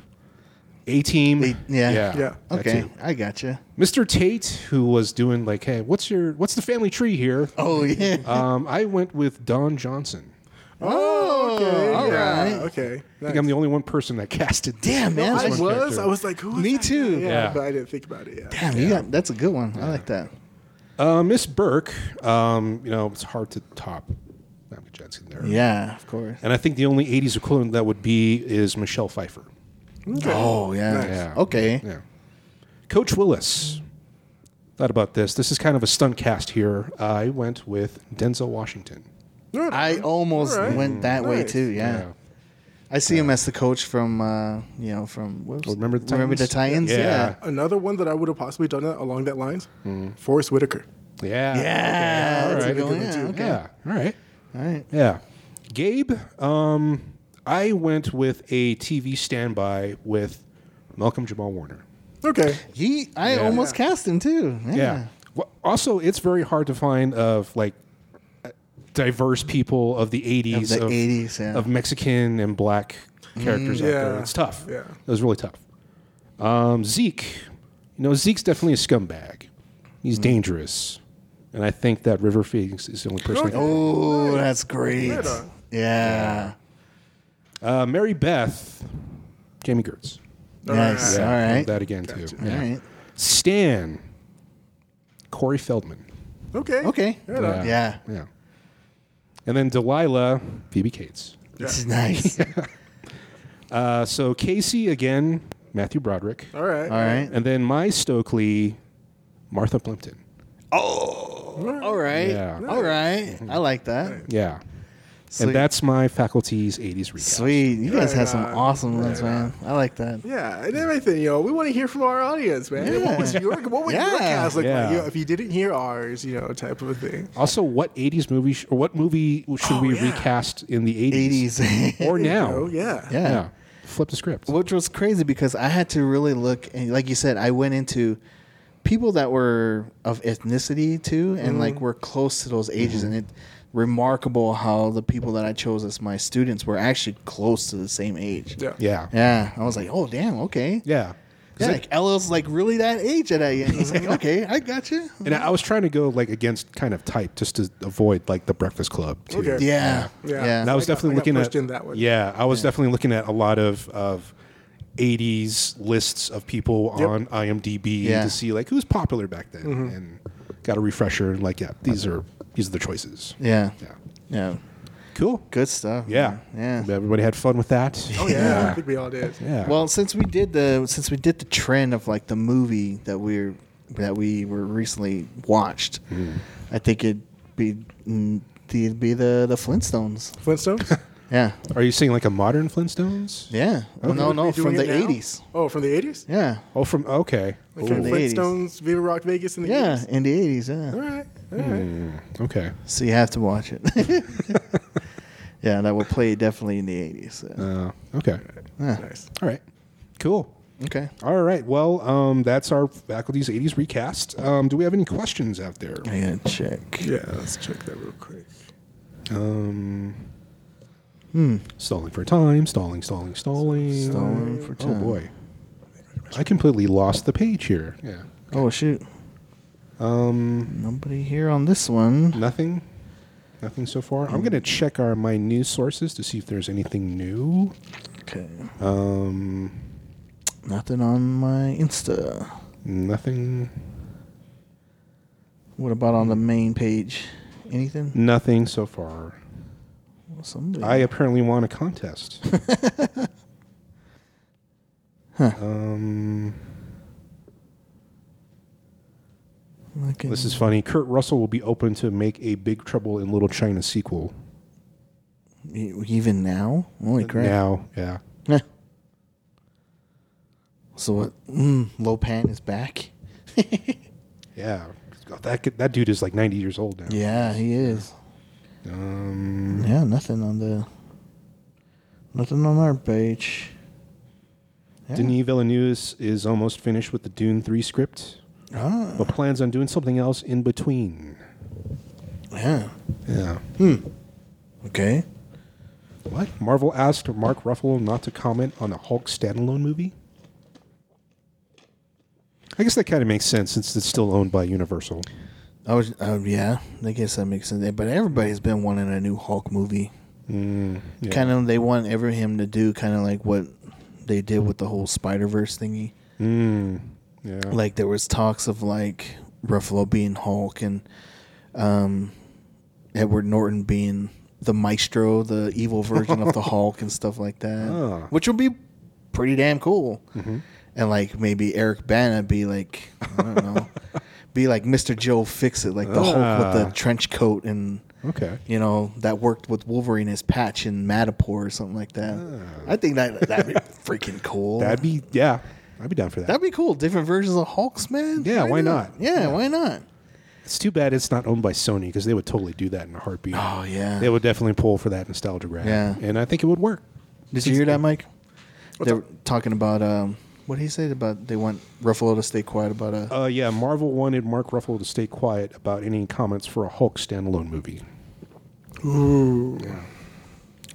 A Team?
A- yeah.
Yeah.
that
Okay.
too.
I gotcha.
Mr. Tate, who was doing like, hey, what's your what's the family tree here?
[LAUGHS]
Oh yeah.
Um, I went with Don Johnson.
Oh, okay.
all
yeah.
right.
Okay.
I think I'm the only one person that [LAUGHS] casted.
Damn, man.
this
I
one
was.
character.
I was like, who? is
Me
that guy?
too.
Yeah,
Yeah.
But I didn't think about it. Yeah.
Damn, you got that's a good one. I like that.
Uh, Miss Burke, um, you know, it's hard to top Family Johnson there.
Yeah, of course.
And I think the only 80s equivalent that would be is Michelle Pfeiffer.
Okay.
Oh yeah.
Nice.
Yeah.
Okay.
[LAUGHS] Yeah. Coach Willis. Thought about this. This is kind of a stunt cast here. I went with Denzel Washington.
All right.
I almost
All right.
went that way
Nice.
too. Yeah. I see him as the coach from uh, you know from what was-
Remember the
remember the
Titans?
Titans.
Yeah.
Yeah.
Another one that I would have possibly done that along that lines. Forrest Whitaker.
Yeah.
Yeah,
Okay.
that's a good
All right.
one, yeah, okay.
Yeah. All right.
All right.
Yeah. Gabe, um, I went with a TV standby with Malcolm Jamal Warner.
Okay.
He, I
Yeah.
almost cast him too. Yeah.
Yeah. Well, also, it's very hard to find of like diverse people of the 80s
Of the 80s, yeah.
of Mexican and black characters out there.
Mm-hmm. Yeah.
It's tough.
Yeah.
It was really tough. Um, Zeke, you know, Zeke's definitely a scumbag. He's
Mm.
dangerous. And I think that River Phoenix is the only person. I can-
Oh, that's great.
Right on.
Yeah.
Uh, Mary Beth, Jamie Gertz.
Nice.
Yeah.
All
I love
right.
That again, too.
Gotcha.
Yeah.
All right.
Stan, Corey Feldman.
Okay.
Okay.
Right on.
Yeah.
Yeah.
Yeah. And then Delilah, Phoebe Cates.
Yeah.
This
[LAUGHS]
is nice.
Uh, so Casey again, Matthew Broderick,
All right.
All right.
and then my Stokely, Martha Plimpton.
All right.
Yeah.
All right. I like that.
Yeah,
Sweet.
and that's my faculty's '80s recap.
Sweet. You guys
Right
have some
on.
awesome ones, man. I like that.
Yeah, and everything, you know, we want to hear from our audience, man. What was your, what was your
Yeah.
cast look
Yeah.
like? You know, if you didn't hear ours, you know, type of a thing.
Also, what '80s movie sh- or what movie should we
yeah.
recast in the
[LAUGHS]
'80s,
80s.
or
Oh,
now?
yeah.
yeah.
Yeah. flip the script.
Which was crazy because I had to really look and like you said, I went into people that were of ethnicity too and like
Mm-hmm.
were close to those ages and it remarkable how the people that I chose as my students were actually close to the same age.
Yeah.
Yeah,
Yeah. I was like, Oh damn, okay.
yeah. 'Cause
Yeah,
it-
like Ella's like really that age at that age. I was
[LAUGHS]
like, okay, I got you.
and I was trying to go like against kind of type just to avoid like the Breakfast Club. Too.
Okay.
Yeah.
Yeah.
Yeah.
And I was
I got-
definitely
I got
looking
pushed
at
in that one.
Yeah, I was definitely looking at a lot of of 80s lists of people
Yep. Mm-hmm.
on IMDb
Yeah.
to see like who's popular back then, and got a refresher. And like, yeah, these are these are the choices.
yeah.
Yeah,
Yeah.
cool.
Good stuff.
Yeah,
man. Yeah.
Everybody had fun with that.
Oh, yeah. I think we all did.
[LAUGHS] yeah.
Well, since we did the since we did the trend of like the movie that we're that we were recently watched,
Mm-hmm.
I think it'd be mm, it'd be the the Flintstones.
Flintstones?
Yeah.
Are you seeing like a modern Flintstones?
Yeah. Well, [LAUGHS] no,
Oh, Would
no,
we doing
from the
it now?
80s.
Oh, from the 80s?
Yeah.
Oh, from okay,
Like
From
from
the 80s.
Flintstones, Viva Rock Vegas in the
Yeah,
80s?
in the 80s, yeah.
All right. All right.
okay.
So you have to
[LAUGHS]
watch it. yeah, that will play definitely in the 80s. yeah.
Uh, okay.
Yeah.
Nice.
All right. Cool.
Okay.
All right. Well, um, that's our faculty's 80s recast. Um, do we have any questions out there?
I gotta check.
Yeah, let's check that real quick.
Um,
Hmm.
Stalling for time, stalling, stalling, stalling.
Stalling for
Oh,
time.
boy. I completely lost the page here. Yeah.
Oh, shoot.
Um,
Nobody here on this one.
nothing. Nothing so far. I'm going to check our my news sources to see if there's anything new.
Okay.
Um,
Nothing on my Insta.
nothing.
What about on the main page? Anything?
Nothing so far.
Well, somebody.
I apparently won a contest.
[LAUGHS]
um,
Okay.
this is funny. Kurt Russell will be open to make a Big Trouble in Little China sequel.
E- even now. Holy crap!
Now, Uh, yeah.
Huh. [LAUGHS] So what? Mm, Lopan is back. [LAUGHS]
Yeah. God, that kid- that dude is like 90 years old now.
Yeah, he is.
Um,
Yeah, nothing on the. Nothing on our page. Yeah.
Denis Villeneuve is almost finished with the Dune 3 script,
Ah,
but plans on doing something else in between.
yeah.
Yeah.
Okay.
What? Marvel asked Mark Ruffalo not to comment on a Hulk standalone movie? I guess that kind of makes sense since it's still owned by Universal.
I was, uh, yeah, I guess that makes sense. But everybody's been wanting a new Hulk movie.
Yeah.
Kind of, they want ever him to do kind of like what they did with the whole Spider Verse thingy.
Mm, yeah.
Like there was talks of like Ruffalo being Hulk and um, Edward Norton being the Maestro, the evil
[LAUGHS]
version of the Hulk, and stuff like that,
Ah. Mm-hmm.
which would be pretty damn cool. And like maybe Eric Bana be like, I don't
[LAUGHS]
know, be like Mister Joe Fix It, like the Hulk with
Ah.
the trench coat and
okay.
you know, that worked with Wolverine as Patch in Matapor or something like that. I think that that'd be freaking cool.
Ah. [LAUGHS] That'd be, yeah. I'd be down for that.
that'd be cool. Different versions of Hulks, man.
Yeah, why not?
Yeah,
Yeah.
why not?
It's too bad it's not owned by Sony because they would totally do that in a heartbeat.
Oh yeah.
They would definitely pull for that nostalgia grab.
Yeah.
And I think it would work.
Did you hear that, Mike? they were talking about um, what he said about they want Ruffalo to stay quiet about a.
Uh, yeah, Marvel wanted Mark Ruffalo to stay quiet about any comments for a Hulk standalone movie.
Ooh.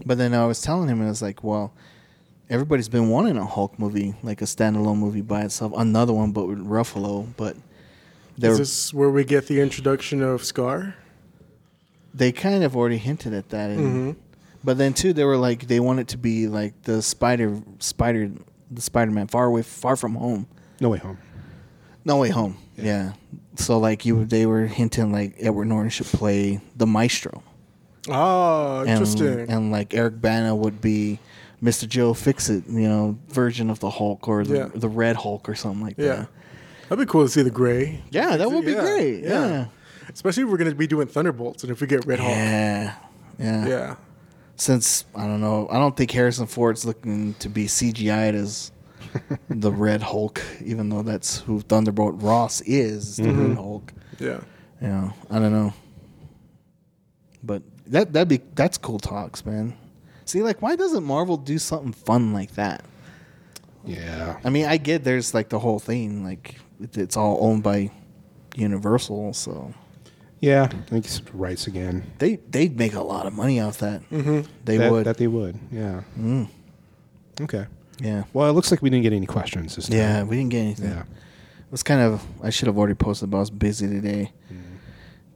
But then I was telling him, and I was like, well, everybody's been wanting a Hulk movie, like a standalone movie by itself, another one, but with Ruffalo. But they
Is
were,
this where we get the introduction of Scar?
they kind of already hinted at that. In,
Mm-hmm.
But then too, they were like they want it to be like the spider, spider, the Spider Man, far away, far from home,
No Way Home.
no way home. Yeah. So like you, they were hinting like Edward Norton should play the maestro,
Ah,
and
interesting.
and like Eric Bana would be Mr. Joe Fix It, you know, version of the Hulk or the,
Yeah.
the Red Hulk or something like
yeah.
that.
That'd be cool to see the gray.
Yeah, that would be
Yeah,
great. Yeah.
Especially if we're going to be doing Thunderbolts and if we get Red Hulk. Yeah.
Yeah. Yeah. Since I don't know, I don't think Harrison Ford's looking to be
[LAUGHS]
CGI'd as the Red Hulk, even though that's who Thunderbolt Ross is, the
Mm-hmm.
Red Hulk. [LAUGHS]
Yeah.
Yeah, I don't know. But that that'd be that's cool talks, man. See, like, why doesn't Marvel do something fun like that?
Yeah.
I mean, I get there's like the whole thing, like it- it's all owned by Universal, so
Yeah. I think it's rights again.
they they'd make a lot of money off that. Mm-hmm. They
that,
would,
That they would. Mm. Yeah. Okay.
yeah,
Well, it looks like we didn't get any questions this time.
yeah. We didn't get anything.
Yeah.
It was kind of I should have already posted, but I was busy today,
Mm-hmm.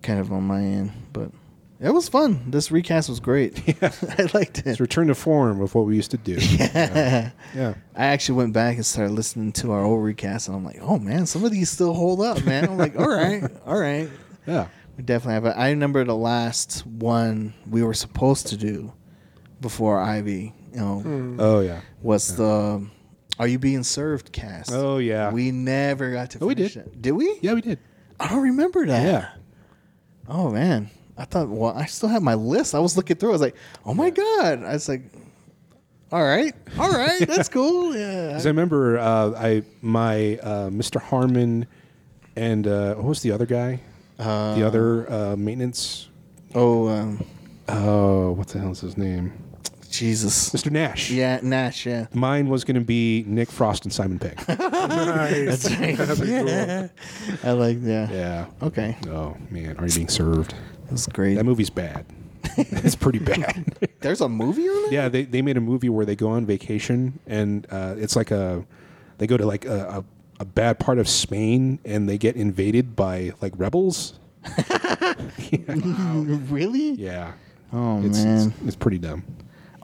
kind of on my end. But it was fun. This recast
[LAUGHS]
was great. [LAUGHS] I liked it.
It's return to form of what we used to [LAUGHS] do. yeah.
I actually went back and started listening to our old recast, and I'm like, oh man, some of these still hold up, man. I'm like, all right, [LAUGHS] all right.
Yeah.
We definitely have. it. I remember the last one we were supposed to do before Ivy, you know,
Oh, yeah.
was the Are You Being Served cast.
Oh, yeah.
We never got to
Oh, we
finish
did.
it. Did we?
Yeah, we did.
I don't remember that.
Yeah.
Oh, man. I thought, well, I still have my list. I was looking through. I was like, oh my god. I was like, all right, all right, that's cool. [LAUGHS] Yeah.
Because I remember uh, I my uh, Mr. Harmon and uh, what was the other guy? the other uh, maintenance.
Oh, um,
Oh, what the hell is his name? [LAUGHS]
Jesus.
Mr. Nash.
Yeah, Nash. Yeah.
Mine was going to be Nick Frost and Simon
[LAUGHS]
Pegg.
Nice. That'd be cool.
I like. Yeah.
yeah.
Okay.
Oh man, are you being served?
That's great.
That movie's
[LAUGHS]
bad. it's pretty bad.
There's a movie on
[LAUGHS]
it.
yeah, they, they made a movie where they go on vacation and uh, it's like a they go to like a, a, a bad part of Spain and they get invaded by like rebels.
[LAUGHS] really?
Yeah.
Oh
it's,
man.
It's, it's pretty dumb.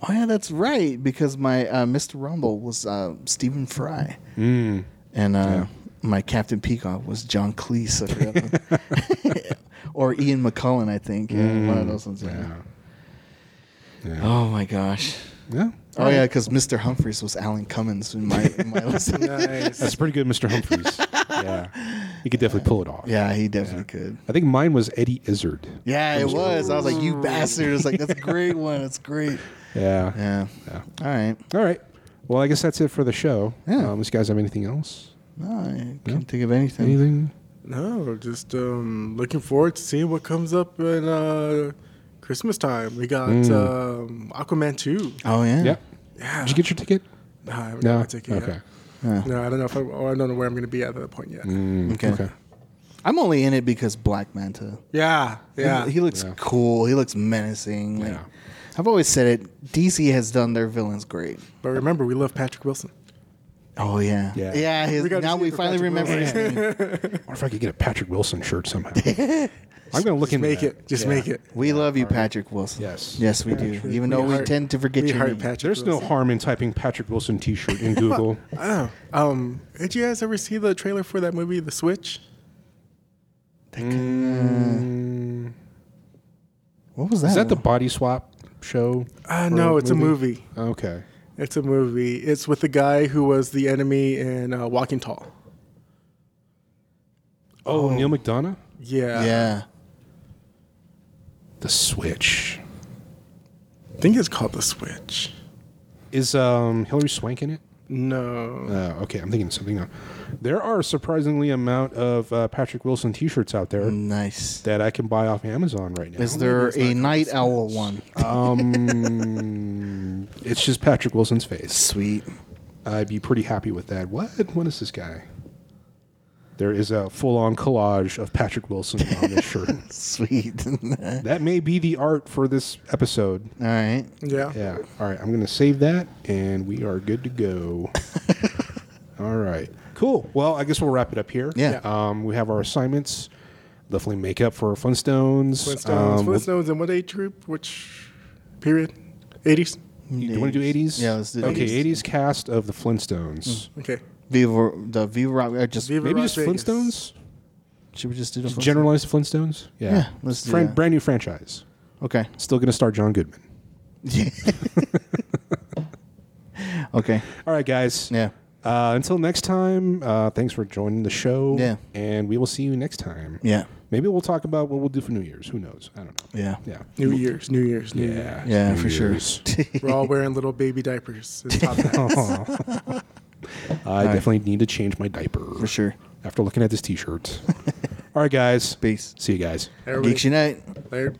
Oh yeah, that's right. Because my uh, Mr. Rumble was uh, Stephen Fry, and uh, my Captain Peacock was John Cleese, I forgot. or Ian McCullen, I think. Yeah, one of those ones. Yeah.
Yeah.
Oh my gosh.
yeah.
Oh yeah, because Mr. Humphries was Alan Cummins in my, in my list.
Nice.
That's pretty good, Mr. Humphries.
[LAUGHS]
yeah. You could definitely pull it off.
yeah, he definitely could.
I think mine was Eddie Izzard.
Yeah, it was. I was like, you bastard. It's like that's a great one. That's great.
Yeah.
[LAUGHS] Yeah.
Yeah.
All right.
All right. Well, I guess that's it for the show.
Yeah.
Um, these guys have anything else?
No, I can't think of anything.
Anything?
No, just um, looking forward to seeing what comes up in uh, Christmas time. We got
Mm.
um, Aquaman 2.
Oh yeah.
Yep.
Yeah.
Did you get your ticket?
Nah, I haven't got
No.
my ticket yet.
Okay.
Yeah.
No, I don't know if I, or I don't know where I'm going to be at that point yet.
Okay.
Mm, Okay.
I'm only in it because Black Manta.
Yeah, yeah.
He, he looks
Yeah.
cool. He looks menacing. Like,
Yeah.
I've always said it. DC has done their villains great.
but remember, we love Patrick Wilson.
Oh yeah.
Yeah.
Yeah. his-
We gotta
now
see
we
the
finally
Patrick
remember his
Wilson.
[LAUGHS] name.
Or if I could get a Patrick Wilson
[LAUGHS]
shirt somehow. I'm gonna look
Just
into
make
that.
it. Just
Yeah.
make it.
We love you, Patrick Wilson.
Yes.
Yes, we do. Even though we,
heart-
tend to forget
we
your
heart
name.
Patrick
There's no
Wilson.
harm in typing Patrick Wilson T-shirt
[LAUGHS]
in Google.
Oh, um, did you guys ever see the trailer for that movie, The Switch?
What was that?
Is that the
one?
body swap show?
Uh,
or
no, it's a movie.
Okay.
It's a movie. It's with the guy who was the enemy in uh, Walking Tall.
Oh, Neil McDonough.
Yeah.
Yeah.
The Switch
I think it's called The Switch.
is um, Hillary Swank in it.
No.
Uh, okay, I'm thinking of something else. There are a surprisingly amount of uh, Patrick Wilson T-shirts out there
Nice.
that I can buy off Amazon right now.
Is there a night owl one?
Um, it's just Patrick Wilson's face.
Sweet.
I'd be pretty happy with that. What? What is this guy? There is a full-on collage of Patrick Wilson on
[LAUGHS]
this shirt.
Sweet. [LAUGHS] All
That may be the art for this episode.
right.
Yeah.
Yeah. All right. I'm going to save that, and we are good to
[LAUGHS]
go. All right. Cool. Well, I guess we'll wrap it up here.
Yeah.
Um, we have our assignments. Definitely make up for Flintstones.
Flintstones.
Um, we'll-
Flintstones and what age group? Which period? 80s?
you want to do 80s?
Yeah, let's do Mm.
Okay,
80s.
80s cast of the Flintstones.
Okay.
Viva the Viva Rock. Or just
Viva-
Maybe
Rock
just
Vegas.
Flintstones?
should we just do the first
Generalize the Flintstones? Yeah.
Yeah, let's do
Fran-
that.
Brand new franchise.
one? Okay.
[LAUGHS] Still going to start John Goodman.
okay.
All right, guys.
Yeah.
Uh, until next time, uh, thanks for joining the show.
Yeah.
And we will see you next time.
Yeah.
Maybe we'll talk about what we'll do for New Year's. Who knows? I don't know.
Yeah.
Yeah.
New Year's, New Year's, New Year's.
Yeah.
Yeah,
New
for sure. [LAUGHS]
Year's.
We're all [LAUGHS] wearing little baby diapers and top hats.
Aw. I definitely need to change my diaper.
For sure. [LAUGHS]
After looking at this t shirt. All right, guys.
Peace.
See you guys.
Everybody-
Geeks Unite.
Later.